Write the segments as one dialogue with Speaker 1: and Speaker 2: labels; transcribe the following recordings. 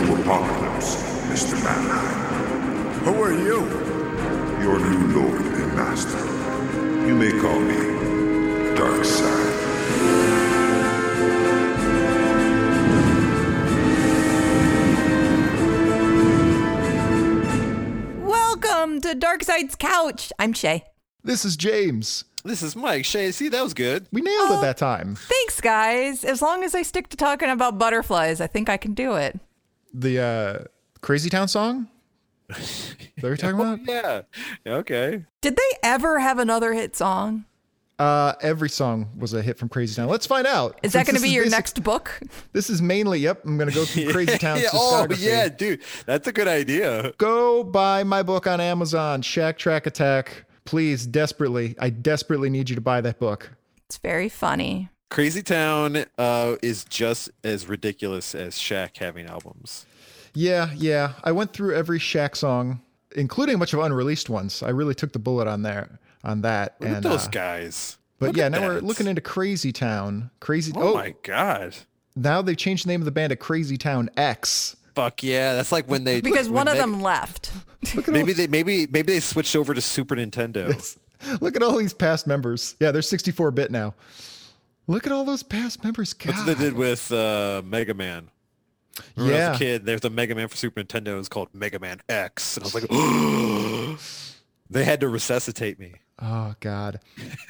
Speaker 1: apocalypse, Mr. Manheim.
Speaker 2: Who are you?
Speaker 1: Your new lord and master. You may call me Darkseid.
Speaker 3: Welcome to Dark Side's Couch. I'm Shay.
Speaker 4: This is James.
Speaker 5: This is Mike. Shay, see, that was good.
Speaker 4: We nailed
Speaker 3: Oh.
Speaker 4: it that time.
Speaker 3: Thanks, guys. As long as I stick to talking about butterflies, I think I can do it.
Speaker 4: The uh, Crazy Town song? Is that what you're talking about?
Speaker 5: Yeah. Okay.
Speaker 3: Did they ever have another hit song?
Speaker 4: Uh, every song was a hit from Crazy Town. Let's find out.
Speaker 3: Is that
Speaker 4: Since
Speaker 3: going to
Speaker 4: this
Speaker 3: be
Speaker 4: is
Speaker 3: your
Speaker 4: basic-
Speaker 3: next book?
Speaker 4: This is mainly, yep, I'm going to go through Crazy Town's
Speaker 5: yeah. Oh,
Speaker 4: discography.
Speaker 5: yeah, dude. That's a good idea.
Speaker 4: Go buy my book on Amazon, Shack Track Attack. Please, desperately, I desperately need you to buy that book.
Speaker 3: It's very funny.
Speaker 5: Crazy Town uh, is just as ridiculous as Shaq having albums.
Speaker 4: Yeah, yeah. I went through every Shack song, including a bunch of unreleased ones. I really took the bullet on there on that.
Speaker 5: Look at
Speaker 4: and
Speaker 5: those
Speaker 4: uh,
Speaker 5: guys.
Speaker 4: But
Speaker 5: Look
Speaker 4: yeah,
Speaker 5: at
Speaker 4: now we're
Speaker 5: that.
Speaker 4: looking into Crazy Town. Crazy.
Speaker 5: Oh,
Speaker 4: Oh,
Speaker 5: my god.
Speaker 4: now they've changed the name of the band to Crazy Town X.
Speaker 5: Fuck yeah. That's like when they
Speaker 3: Because
Speaker 5: when
Speaker 3: one of
Speaker 5: they-
Speaker 3: them left.
Speaker 5: maybe they maybe maybe they switched over to Super Nintendo.
Speaker 4: Look at all these past members. Yeah, they're 64 bit now. Look at all those past members.
Speaker 5: That's what they
Speaker 4: God.
Speaker 5: did with uh, Mega Man. When I was
Speaker 4: yeah.
Speaker 5: a kid, there's a Mega Man for Super Nintendo. It was called Mega Man X, and I was like, they had to resuscitate me.
Speaker 4: Oh God.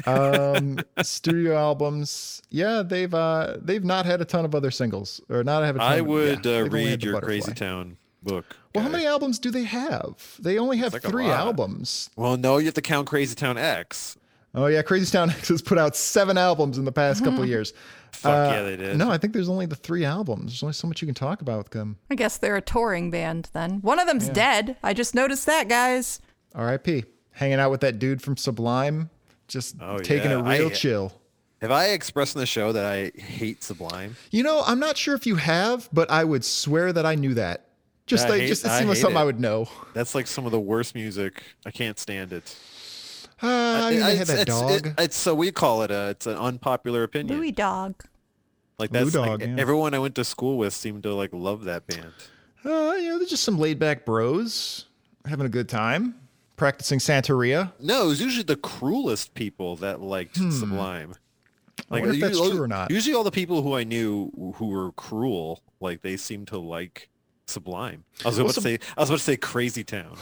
Speaker 4: Um, studio albums. Yeah, they've uh, they've not had a ton of other singles, or not have a ton
Speaker 5: I
Speaker 4: of-
Speaker 5: would
Speaker 4: yeah,
Speaker 5: uh,
Speaker 4: they've only had
Speaker 5: read
Speaker 4: the
Speaker 5: your
Speaker 4: Butterfly.
Speaker 5: Crazy Town book.
Speaker 4: Well, how
Speaker 5: guy.
Speaker 4: many albums do they have? They only have
Speaker 5: like a
Speaker 4: three
Speaker 5: lot.
Speaker 4: albums.
Speaker 5: Well, no, you have to count Crazy Town X.
Speaker 4: Oh yeah, Crazy Town X has put out seven albums in the past couple years.
Speaker 5: Fuck
Speaker 4: Uh,
Speaker 5: yeah, they did.
Speaker 4: No, I think there's only the three albums. There's only so much you can talk about with them.
Speaker 3: I guess they're a touring band then. One of them's dead. I just noticed that, guys.
Speaker 4: R.I.P. Hanging out with that dude from Sublime, just
Speaker 5: Oh,
Speaker 4: taking a
Speaker 5: yeah. I-
Speaker 4: real chill.
Speaker 5: Have I expressed in the show that I hate Sublime?
Speaker 4: You know, I'm not sure if you have, but I would swear that I knew that. Just
Speaker 5: Yeah, I
Speaker 4: like
Speaker 5: hate-
Speaker 4: just it
Speaker 5: I
Speaker 4: seemed like
Speaker 5: hate
Speaker 4: something I
Speaker 5: it.
Speaker 4: would know.
Speaker 5: That's like some of the worst music. I can't stand it.
Speaker 4: Uh, I mean, they had
Speaker 5: it's,
Speaker 4: that
Speaker 5: it's-
Speaker 4: dog.
Speaker 5: it- it's so we call it a. It's an unpopular opinion.
Speaker 3: Louie Dog.
Speaker 5: Like
Speaker 4: Lou
Speaker 5: that's
Speaker 4: Dog,
Speaker 5: like,
Speaker 4: yeah.
Speaker 5: everyone I went to school with seemed to like love that band.
Speaker 4: uh, you know, they're just some laid back bros having a good time, practicing Santeria.
Speaker 5: No, it was usually the cruelest people that liked Sublime.
Speaker 4: Hmm. wonder if that's
Speaker 5: usually-
Speaker 4: true or not.
Speaker 5: Usually, all the people who I knew who were cruel, like they seemed to like Sublime. I was about to
Speaker 4: Sub-
Speaker 5: say, I was about to say Crazy Town.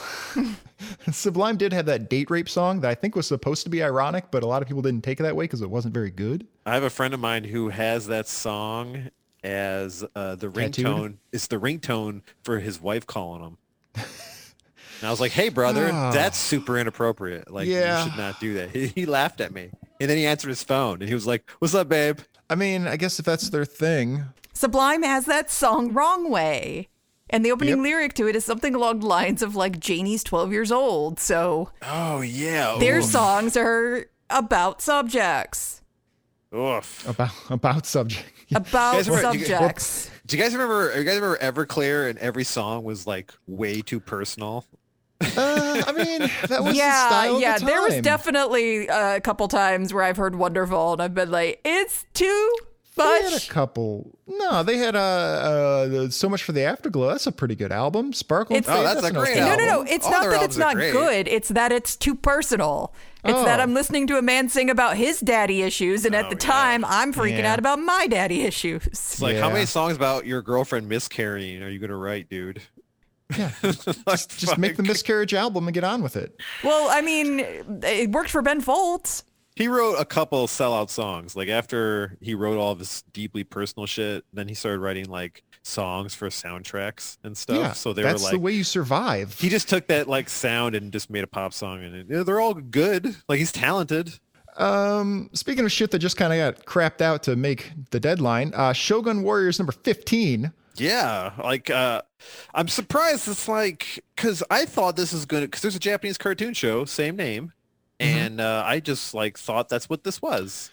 Speaker 4: Sublime did have that date rape song that I think was supposed to be ironic, but a lot of people didn't take it that way because it wasn't very good.
Speaker 5: I have a friend of mine who has that song as uh, the
Speaker 4: Tattooed?
Speaker 5: ringtone. It's the ringtone for his wife calling him. and I was like, "Hey, brother, that's super inappropriate. Like,
Speaker 4: Ah. Yeah.
Speaker 5: you should not do that." He, he laughed at me, and then he answered his phone, and he was like, "What's up, babe?"
Speaker 4: I mean, I guess if that's their thing,
Speaker 3: Sublime has that song Wrong Way. And the opening
Speaker 4: Yep.
Speaker 3: lyric to it is something along the lines of like Janie's 12 years old. So
Speaker 5: Oh yeah,
Speaker 3: their songs are about subjects.
Speaker 5: Oof.
Speaker 4: about about subject.
Speaker 3: About
Speaker 5: guys are right. You-
Speaker 3: subjects.
Speaker 5: Do you guys remember? You guys remember Everclear, and every song was like way too personal.
Speaker 4: Uh, I mean, that was
Speaker 3: yeah,
Speaker 4: the style
Speaker 3: yeah.
Speaker 4: of the time.
Speaker 3: There was definitely uh, a couple times where I've heard "Wonderful" and I've been like, "It's too
Speaker 4: They had a
Speaker 3: much."
Speaker 4: couple. No, they had uh, uh, so much for the afterglow. That's a pretty good album. Sparkle. and
Speaker 3: It's- Oh,
Speaker 4: Fade,
Speaker 5: that's a
Speaker 4: an
Speaker 5: great
Speaker 4: okay
Speaker 3: No, no, no.
Speaker 5: album.
Speaker 3: It's
Speaker 5: All
Speaker 3: not
Speaker 5: their
Speaker 3: that
Speaker 5: albums
Speaker 3: it's
Speaker 5: are
Speaker 3: not
Speaker 5: great.
Speaker 3: good. It's that it's too personal. It's that
Speaker 4: Oh.
Speaker 3: I'm listening to a man sing about his daddy issues, and at the time, I'm freaking
Speaker 4: Yeah.
Speaker 3: out about my daddy issues.
Speaker 5: Oh, It's like, how
Speaker 4: Yeah.
Speaker 5: many songs about your girlfriend miscarrying are you gonna write, dude?
Speaker 4: Yeah.
Speaker 5: Like,
Speaker 4: Just make the
Speaker 5: fuck.
Speaker 4: miscarriage album and get on with it.
Speaker 3: Well, I mean, it worked for Ben Folds.
Speaker 5: He wrote a couple sellout songs. Like after he wrote all this deeply personal shit, then he started writing like songs for soundtracks and stuff.
Speaker 4: yeah.
Speaker 5: so they were
Speaker 4: that's
Speaker 5: like,
Speaker 4: the way you survive.
Speaker 5: he just took that like sound and just made a pop song, and it, you know, they're all good. Like he's talented.
Speaker 4: um, speaking of shit that just kind of got crapped out to make the deadline, uh, Shogun Warriors number fifteen.
Speaker 5: Yeah, like uh I'm surprised it's like cuz I thought this is going to cuz there's a Japanese cartoon show, same name,
Speaker 4: Mm-hmm.
Speaker 5: and uh I just like thought that's what this was.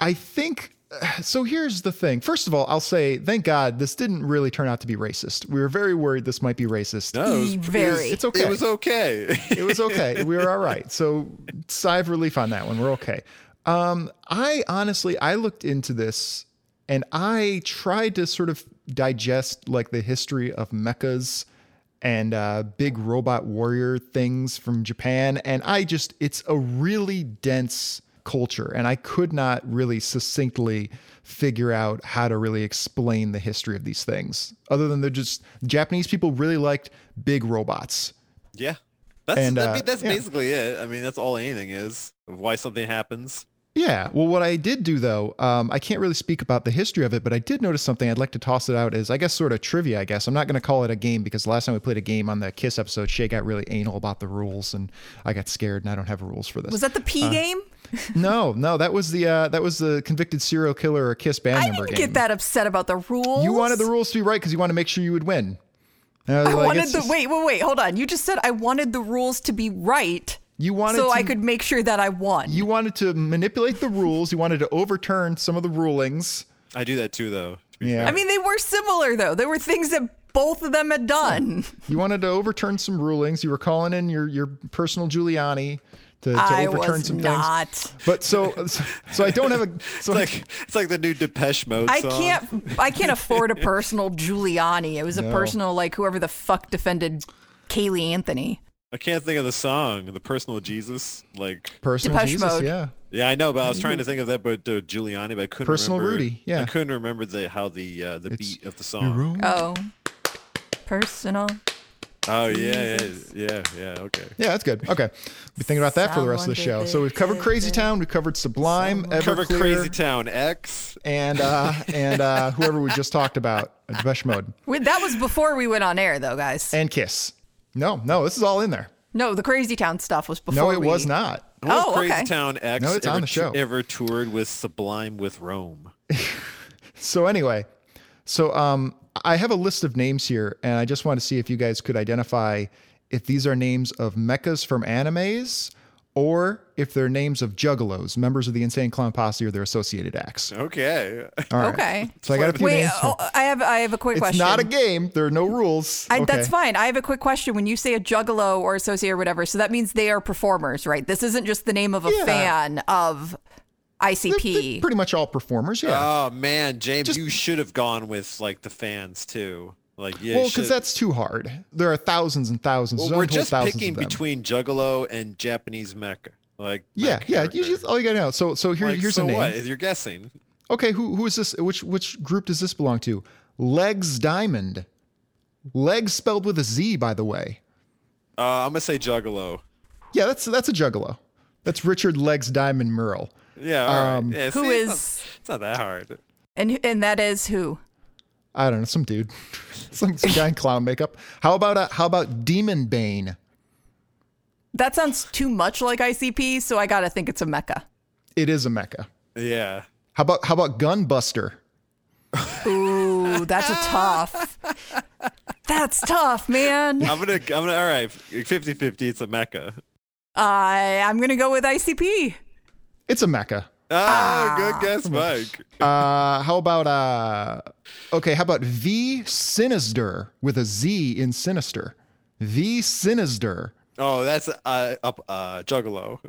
Speaker 4: I think. So here's the thing. First of all, I'll say thank God this didn't really turn out to be racist. We were very worried this might be racist.
Speaker 5: No, it was,
Speaker 3: E-
Speaker 5: it was-
Speaker 3: very.
Speaker 4: It's okay.
Speaker 5: It was okay.
Speaker 4: it was okay. We were all right. So sigh of relief on that one. We're okay. Um, I honestly, I looked into this and I tried to sort of digest like the history of mechas and uh, big robot warrior things from Japan, and I just it's a really dense culture, and I could not really succinctly figure out how to really explain the history of these things, other than they're just Japanese people really liked big robots.
Speaker 5: Yeah. That's
Speaker 4: And,
Speaker 5: I
Speaker 4: uh,
Speaker 5: mean, that's
Speaker 4: yeah.
Speaker 5: basically it. I mean, that's all anything is of why something happens.
Speaker 4: Yeah. Well, what I did do though, um, I can't really speak about the history of it, but I did notice something. I'd like to toss it out as, I guess, sort of trivia. I guess I'm not going to call it a game because the last time we played a game on the Kiss episode, Shay got really anal about the rules, and I got scared, and I don't have rules for this.
Speaker 3: Was that the P game?
Speaker 4: no, no, that was the uh, that was the convicted serial killer or Kiss band
Speaker 3: I
Speaker 4: member
Speaker 3: didn't
Speaker 4: game.
Speaker 3: get that upset about the rules.
Speaker 4: You wanted the rules to be right because you wanted to make sure you would win. And was
Speaker 3: I
Speaker 4: like,
Speaker 3: wanted
Speaker 4: it's
Speaker 3: the
Speaker 4: just-
Speaker 3: wait, wait, wait. Hold on. You just said I wanted the rules to be right.
Speaker 4: You wanted
Speaker 3: so
Speaker 4: to-
Speaker 3: I could make sure that I won.
Speaker 4: You wanted to manipulate the rules. You wanted to overturn some of the rulings.
Speaker 5: I do that too, though. to be
Speaker 4: Yeah.
Speaker 3: I mean, they were similar though. There were things that both of them had done.
Speaker 4: You wanted to overturn some rulings. You were calling in your your personal Giuliani to, to
Speaker 3: I
Speaker 4: overturn
Speaker 3: was
Speaker 4: some
Speaker 3: not.
Speaker 4: things. But so so I don't have a so
Speaker 5: It's like it's like the new Depeche Mode.
Speaker 3: I
Speaker 5: song.
Speaker 3: can't. I can't afford a personal Giuliani. It was a
Speaker 4: No.
Speaker 3: personal like whoever the fuck defended Kaylee Anthony.
Speaker 5: I can't think of the song. The personal Jesus. Like
Speaker 4: personal
Speaker 3: Depeche
Speaker 4: Jesus,
Speaker 3: Mode.
Speaker 4: yeah.
Speaker 5: yeah, I know, but I was trying to think of that, but uh, Giuliani. But I couldn't.
Speaker 4: Personal
Speaker 5: remember,
Speaker 4: Rudy, yeah.
Speaker 5: I couldn't remember the how the uh, the beat of the song.
Speaker 4: own-
Speaker 3: Oh, personal.
Speaker 5: Oh yeah, yeah, yeah, yeah. Okay.
Speaker 4: Yeah, that's good. Okay. Be thinking about that for the rest of the show.
Speaker 3: Someone
Speaker 4: So we've covered
Speaker 3: did
Speaker 4: Crazy
Speaker 3: it.
Speaker 4: Town, we've covered Sublime,
Speaker 3: Someone-
Speaker 5: Cover
Speaker 4: Everclear,
Speaker 5: Crazy Town X.
Speaker 4: and uh and uh whoever we just talked about, uh, Depeche Mode.
Speaker 3: Wait, That was before we went on air though, guys.
Speaker 4: And Kiss. No, no, this is all in there.
Speaker 3: No, the Crazy Town stuff was before.
Speaker 4: No, it
Speaker 3: we-
Speaker 4: was not.
Speaker 5: What if
Speaker 3: Oh,
Speaker 5: Crazy
Speaker 3: okay.
Speaker 5: Town X
Speaker 4: No, it's
Speaker 5: ever,
Speaker 4: on the show.
Speaker 5: ever toured with Sublime with Rome.
Speaker 4: So anyway, so um, I have a list of names here, and I just want to see if you guys could identify if these are names of mechas from animes or if they're names of juggalos, members of the Insane Clown Posse or their associated acts.
Speaker 5: Okay.
Speaker 3: Okay.
Speaker 4: So I got a few
Speaker 3: Wait,
Speaker 4: names. here.
Speaker 3: oh, I have I have a quick
Speaker 4: it's
Speaker 3: question.
Speaker 4: not a game. There are no rules.
Speaker 3: I,
Speaker 4: okay.
Speaker 3: That's fine. I have a quick question. When you say a juggalo or associate or whatever, so that means they are performers, right? This isn't just the name of a
Speaker 4: Yeah.
Speaker 3: fan of
Speaker 4: They're-
Speaker 3: ICP.
Speaker 4: they're pretty much all performers. Yeah.
Speaker 5: Oh man, James, you should have gone with like the fans too. Like yeah,
Speaker 4: well,
Speaker 5: you should-
Speaker 4: because that's too hard. There are thousands and thousands.
Speaker 5: Well,
Speaker 4: untold
Speaker 5: we're just
Speaker 4: thousands
Speaker 5: picking
Speaker 4: of them.
Speaker 5: between Juggalo and Japanese mecha. Like
Speaker 4: Yeah,
Speaker 5: mecha
Speaker 4: yeah.
Speaker 5: character.
Speaker 4: You just all you gotta know. So, so here,
Speaker 5: Like,
Speaker 4: here's
Speaker 5: so
Speaker 4: a name.
Speaker 5: what? You're guessing.
Speaker 4: Okay, who who is this? Which which group does this belong to? Legs Diamond. Legs spelled with a Z, by the way.
Speaker 5: Uh, I'm gonna say Juggalo.
Speaker 4: Yeah, that's that's a juggalo. That's Richard Legs Diamond Merle.
Speaker 5: Yeah. all right.
Speaker 4: Um,
Speaker 5: Yeah,
Speaker 3: Who
Speaker 5: see,
Speaker 3: is-
Speaker 5: It's not, it's not that hard.
Speaker 3: And and that is who?
Speaker 4: I don't know, some dude, some, some guy in clown makeup. How about uh, how about Demon Bane?
Speaker 3: That sounds too much like ICP, so I gotta think it's a mecha.
Speaker 4: It is a mecca.
Speaker 5: Yeah.
Speaker 4: How about how about Gunbuster?
Speaker 3: Ooh, that's a tough. That's tough, man.
Speaker 5: I'm gonna. I'm gonna. All right. 50-50, It's a mecha.
Speaker 3: I I'm gonna go with ICP.
Speaker 4: It's a mecca.
Speaker 5: Ah, good guess, Mike.
Speaker 4: Uh, how about uh, okay? How about V Sinister with a Z in Sinister? V Sinister.
Speaker 5: Oh, that's uh, up. Uh, Juggalo.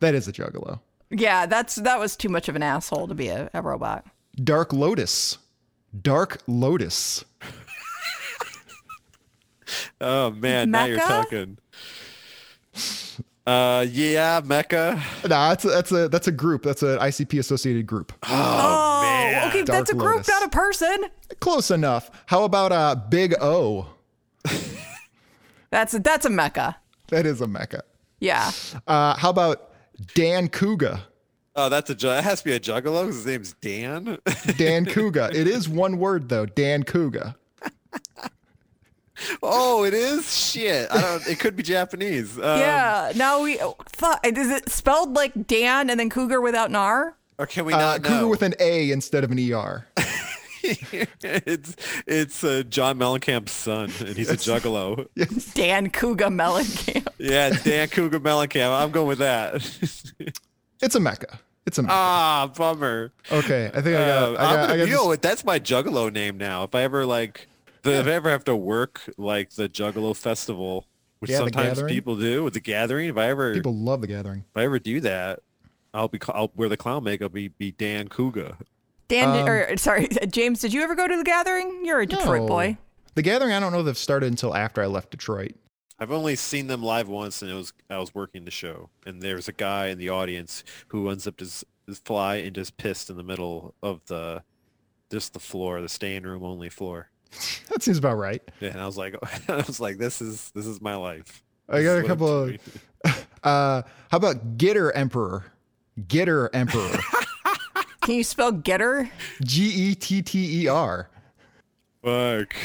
Speaker 4: That is a juggalo.
Speaker 3: Yeah, that's that was too much of an asshole to be a, a robot.
Speaker 4: Dark Lotus. Dark Lotus.
Speaker 5: Oh man, now you're
Speaker 3: Mecha?
Speaker 5: talking. Uh, yeah, mecha.
Speaker 4: Nah, that's a, that's a that's a group. That's an ICP associated group.
Speaker 3: Oh, okay,
Speaker 4: Dark
Speaker 3: that's a group,
Speaker 4: Lotus.
Speaker 3: not a person.
Speaker 4: Close enough. How about uh Big O?
Speaker 3: That's that's a mecha.
Speaker 4: That is a mecca.
Speaker 3: Yeah.
Speaker 4: Uh, how about Dan Kuga?
Speaker 5: Oh, that's a. ju- It has to be a juggalo. 'cause His name's Dan.
Speaker 4: Dan Kuga. It is one word though. Dan Kuga.
Speaker 5: oh, it is shit. I don't. It could be Japanese. Um,
Speaker 3: yeah. Now we oh, fuck. Is it spelled like Dan and then cougar without an R?
Speaker 5: Or can we
Speaker 4: Uh,
Speaker 5: not know?
Speaker 4: Cougar with an A instead of an ER.
Speaker 5: it's it's uh, John Mellencamp's son, and he's a juggalo.
Speaker 3: Dan Cougar Mellencamp.
Speaker 5: yeah, Dan Cougar Mellencamp. I'm going with that.
Speaker 4: It's a mecca. It's a mecca.
Speaker 5: ah, bummer.
Speaker 4: okay, I think I
Speaker 5: Uh,
Speaker 4: got. I
Speaker 5: I'm
Speaker 4: got,
Speaker 5: gonna-
Speaker 4: I got
Speaker 5: you know what? That's my Juggalo name now. If I ever like, the, if I ever have to work like the Juggalo Festival, which
Speaker 4: Yeah, the
Speaker 5: sometimes
Speaker 4: gathering.
Speaker 5: people do with the gathering, if I ever
Speaker 4: people love the gathering.
Speaker 5: if I ever do that, I'll be ca- I'll wear the clown makeup. Be be Dan Kuga.
Speaker 3: Dan, or sorry, uh, James, did you ever go to the Gathering? You're a Detroit
Speaker 4: No.
Speaker 3: boy.
Speaker 4: The Gathering, I don't know if it started until after I left Detroit.
Speaker 5: I've only seen them live once, and it was I was working the show, and there's a guy in the audience who unzipped his, his fly and just pissed in the middle of the just the floor, the staying room only floor.
Speaker 4: That seems about right.
Speaker 5: Yeah, and I was like, I was like, this is this is my life.
Speaker 4: I
Speaker 5: This
Speaker 4: got
Speaker 5: is
Speaker 4: a
Speaker 5: what I'm
Speaker 4: couple of.
Speaker 5: doing.
Speaker 4: Uh, how about Gitter Emperor? Gitter Emperor.
Speaker 3: Can you spell getter?
Speaker 4: G E T T E R.
Speaker 5: Fuck.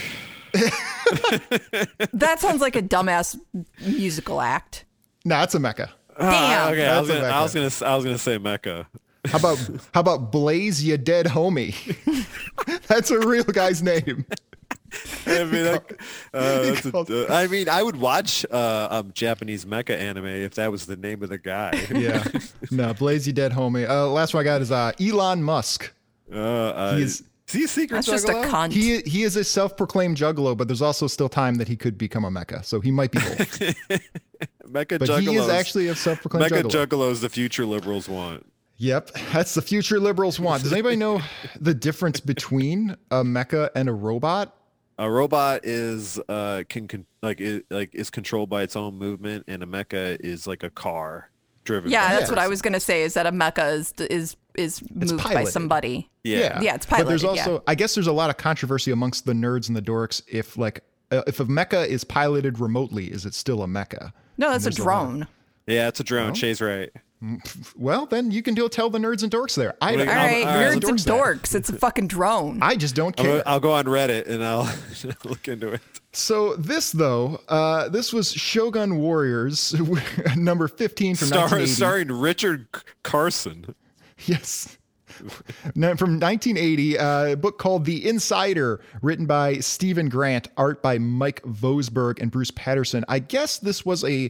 Speaker 3: That sounds like a dumbass musical act.
Speaker 4: Nah, it's a mecca.
Speaker 5: Ah,
Speaker 3: Damn.
Speaker 5: okay, I was,
Speaker 4: That's a
Speaker 5: gonna, I was gonna s- I was gonna say Mecca.
Speaker 4: How about how about Blaze ya dead homie? That's a real guy's name.
Speaker 5: I mean, that, uh,
Speaker 4: he
Speaker 5: that's a-
Speaker 4: called-
Speaker 5: uh, I mean, I would watch uh, um, Japanese mecha anime if that was the name of the guy.
Speaker 4: Yeah. No, Blaze ya dead homie. Uh, last one I got is uh, Elon Musk.
Speaker 5: Uh, uh,
Speaker 4: He is-
Speaker 5: is he a secret
Speaker 3: That's just a
Speaker 5: juggalo?
Speaker 3: cunt.
Speaker 4: He he is a self-proclaimed juggalo, but there's also still time that he could become a mecca, so he might be both.
Speaker 5: Mecha
Speaker 4: But he is
Speaker 5: juggalos.
Speaker 4: actually a self-proclaimed
Speaker 5: Mecha
Speaker 4: juggalo.
Speaker 5: juggalos the future liberals want.
Speaker 4: Yep, that's the future liberals want. Does anybody know the difference between a mecha and a robot?
Speaker 5: A robot is uh can, con- like it, like is controlled by its own movement, and a mecha is like a car driven.
Speaker 3: Yeah,
Speaker 5: by
Speaker 3: that's what I
Speaker 5: person.
Speaker 3: was gonna say. Is that a mecha is is is moved by
Speaker 4: piloted.
Speaker 3: somebody?
Speaker 5: Yeah.
Speaker 3: Yeah, it's
Speaker 4: But there's
Speaker 3: piloted,
Speaker 4: also, I guess, there's a lot of controversy amongst the nerds and the dorks. If like, uh, if a mecha is piloted remotely, is it still a mecha?
Speaker 3: No, that's a drone.
Speaker 5: Yeah, it's a drone. Shay's right.
Speaker 4: Well, then you can do tell the nerds and dorks there. I
Speaker 5: Wait,
Speaker 3: All
Speaker 5: I'm-
Speaker 3: right,
Speaker 5: all right,
Speaker 3: nerds and
Speaker 4: let's endorse
Speaker 3: dorks. It's a fucking drone.
Speaker 4: I just don't
Speaker 5: I'm
Speaker 4: care.
Speaker 5: gonna- I'll go on Reddit and I'll look into it.
Speaker 4: so this though, uh, this was Shogun Warriors number 15 from
Speaker 5: Star,
Speaker 4: 1980.
Speaker 5: starring Richard C- Carson.
Speaker 4: Yes. No, From 1980, uh, a book called The Insider, written by Stephen Grant, art by Mike Vosberg and Bruce Patterson. I guess this was a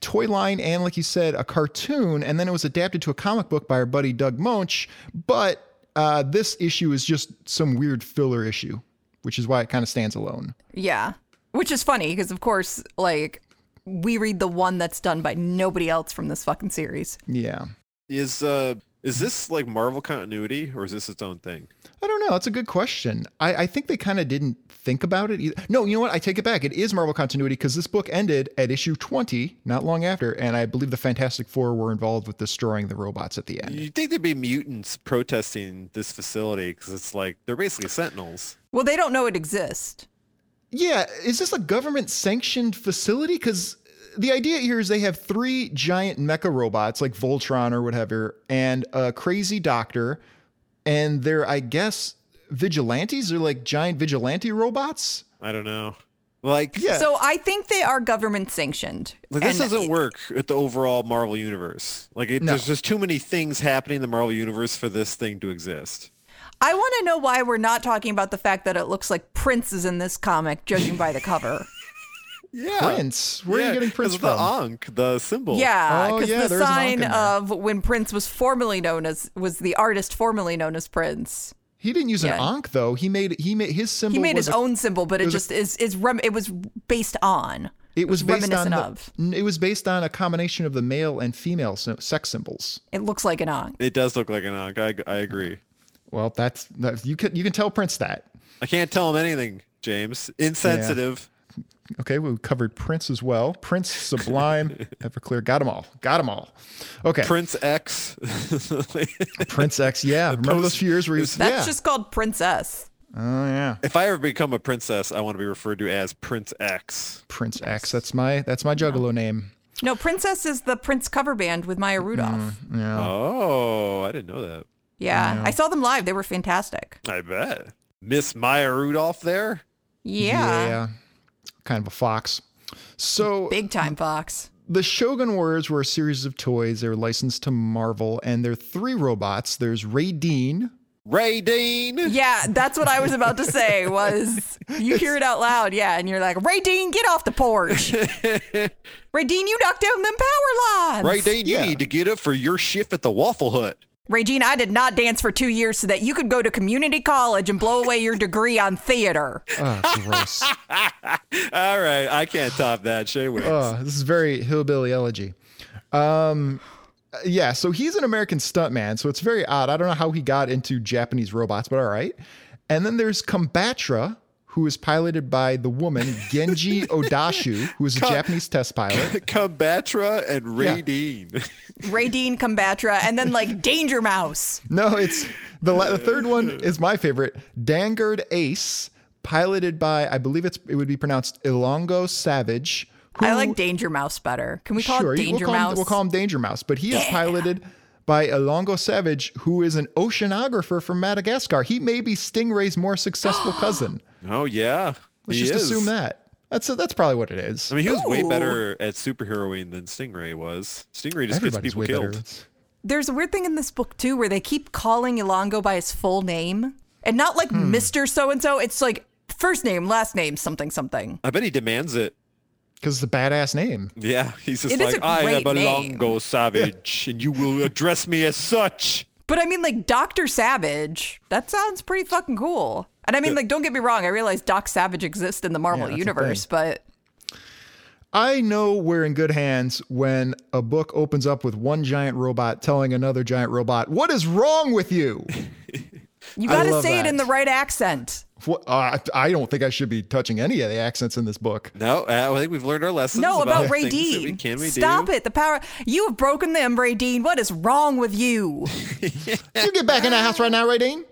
Speaker 4: toy line and, like you said, a cartoon, and then it was adapted to a comic book by our buddy Doug Monch. But uh, this issue is just some weird filler issue, which is why it kind of stands alone.
Speaker 3: yeah, which is funny because of course, like we read the one that's done by nobody else from this fucking series.
Speaker 4: Yeah.
Speaker 5: Is uh is this like Marvel continuity or is this its own thing?
Speaker 4: I don't know. That's a good question. I, I think they kind of didn't think about it either. No, you know what? I take it back. It is Marvel continuity because this book ended at issue 20, not long after. And I believe the Fantastic Four were involved with destroying the robots at the end.
Speaker 5: You think there'd be mutants protesting this facility because it's like they're basically sentinels.
Speaker 3: Well, they don't know it exists.
Speaker 4: Yeah. Is this a government sanctioned facility? Because the idea here is they have three giant mecha robots like Voltron or whatever, and a crazy doctor. And they're, I guess, vigilantes. They're like giant vigilante robots.
Speaker 5: I don't know. Like
Speaker 4: Yeah.
Speaker 3: So I think they are government sanctioned.
Speaker 5: Like this
Speaker 3: And
Speaker 5: doesn't work at the overall Marvel universe. Like it,
Speaker 4: No.
Speaker 5: there's just too many things happening in the Marvel universe for this thing to exist.
Speaker 3: I want to know why we're not talking about the fact that it looks like Prince is in this comic, judging by the cover.
Speaker 5: Yeah.
Speaker 4: Prince. Where are you getting Prince
Speaker 5: of
Speaker 4: from?
Speaker 5: The Ankh, the symbol.
Speaker 3: Yeah,
Speaker 4: Oh,
Speaker 3: because
Speaker 4: yeah,
Speaker 3: the
Speaker 4: there's an
Speaker 3: sign
Speaker 4: Ankh in there.
Speaker 3: of when Prince was formerly known as was the artist formerly known as Prince.
Speaker 4: He didn't use
Speaker 3: Yeah.
Speaker 4: an ankh though. He made he made his symbol.
Speaker 3: He made
Speaker 4: was
Speaker 3: his
Speaker 4: a-
Speaker 3: own symbol, but it
Speaker 4: was a-
Speaker 3: just is is rem- it was based on.
Speaker 4: It was based on
Speaker 3: reminiscent
Speaker 4: the-
Speaker 3: of.
Speaker 4: n- it was based on a combination of the male and female sy- sex symbols.
Speaker 3: It looks like an Ankh.
Speaker 5: It does look like an Ankh. I, I agree.
Speaker 4: Well, that's that, you can you can tell Prince that.
Speaker 5: I can't tell him anything, James. Insensitive.
Speaker 4: Okay, we covered Prince as well. Prince, Sublime, Everclear, got them all, got them all. Okay, Prince,
Speaker 5: Prince X.
Speaker 4: X, yeah. Remember those few years where he was,
Speaker 3: That's
Speaker 4: yeah.
Speaker 3: just called Princess.
Speaker 4: oh yeah,
Speaker 5: if I ever become a princess, I want to be referred to as Prince X.
Speaker 4: Prince X. That's my that's my Juggalo name.
Speaker 3: No, Princess is the Prince cover band with Maya Rudolph.
Speaker 4: Mm-hmm.
Speaker 5: Oh, I didn't know that.
Speaker 3: yeah, I saw them live. They were fantastic.
Speaker 5: I bet. Miss Maya Rudolph there?
Speaker 3: Yeah,
Speaker 4: kind of a fox. So
Speaker 3: big time Fox.
Speaker 4: The Shogun Warriors were a series of toys. They were licensed to Marvel, and there are three robots. There's Ray Dean.
Speaker 5: Ray Dean.
Speaker 3: Yeah, that's what I was about to say. Was you hear it out loud? Yeah, and you're like, Ray Dean, get off the porch. Ray Dean, you knocked down them power lines.
Speaker 5: Ray Dean, you
Speaker 4: Yeah.
Speaker 5: need to get up for your shift at the Waffle Hut.
Speaker 3: Regina, I did not dance for two years so that you could go to community college and blow away your degree on theater.
Speaker 4: Oh, gross.
Speaker 5: All
Speaker 4: Uh,
Speaker 5: right, I can't top that. Shay wins.
Speaker 4: oh, this is very hillbilly elegy. Um, Uh, yeah, so he's an American stuntman, so it's very odd. I don't know how he got into Japanese robots, but all right. And then there's Combatra, who is piloted by the woman Genji Odashu, who is a
Speaker 5: Com-
Speaker 4: Japanese test pilot.
Speaker 5: Combatra and Ray
Speaker 4: Yeah.
Speaker 5: Dean.
Speaker 3: Radine Combatra, and then like Danger Mouse.
Speaker 4: No, it's the, la- the third one is my favorite. Dangard Ace, piloted by I believe it's it would be pronounced Ilongo Savage. who-
Speaker 3: I like Danger Mouse better. Can we call
Speaker 4: sure,
Speaker 3: it
Speaker 4: you-
Speaker 3: Danger
Speaker 4: we'll call
Speaker 3: Mouse?
Speaker 4: Him, we'll call him Danger Mouse, but he is piloted by Ilongo Savage, who is an oceanographer from Madagascar. He may be Stingray's more successful cousin.
Speaker 5: Oh yeah,
Speaker 4: Let's
Speaker 5: he
Speaker 4: just
Speaker 5: is.
Speaker 4: assume that. That's that's probably what it is.
Speaker 5: I mean, he was way
Speaker 3: Ooh.
Speaker 5: better at superheroing than Stingray was. Stingray just
Speaker 4: Everybody's way
Speaker 5: gets people
Speaker 4: better.
Speaker 5: killed.
Speaker 3: There's a weird thing in this book too, where they keep calling Ilongo by his full name, and not like
Speaker 4: Hmm.
Speaker 3: Mister So and So. It's like first name, last name, something, something.
Speaker 5: I bet he demands it.
Speaker 4: Because it's a badass name.
Speaker 5: Yeah, he's just
Speaker 3: It is
Speaker 5: like,
Speaker 3: a
Speaker 5: I am a
Speaker 3: great name."
Speaker 5: Longo Savage, and you will address me as such.
Speaker 3: But I mean, like Doctor Savage. That sounds pretty fucking cool. And I mean, like, don't get me wrong. I realize Doc Savage exists in the
Speaker 4: Yeah,
Speaker 3: Marvel
Speaker 4: that's a
Speaker 3: universe,
Speaker 4: thing.
Speaker 3: but
Speaker 4: I know we're in good hands when a book opens up with one giant robot telling another giant robot, What is wrong with you?
Speaker 3: you
Speaker 4: I
Speaker 3: got to
Speaker 4: love
Speaker 3: say
Speaker 4: that.
Speaker 3: it in the right accent.
Speaker 4: What, uh, I I don't think I should be touching any of the accents in this book.
Speaker 5: No, uh, I think we've learned our lessons.
Speaker 3: No, about, Ray
Speaker 5: things that
Speaker 3: Dean.
Speaker 5: we can we
Speaker 3: Stop
Speaker 5: do?
Speaker 3: it. The power. You have broken them, Ray Dean. What is wrong with you?
Speaker 4: You get back in the house right now, Radine.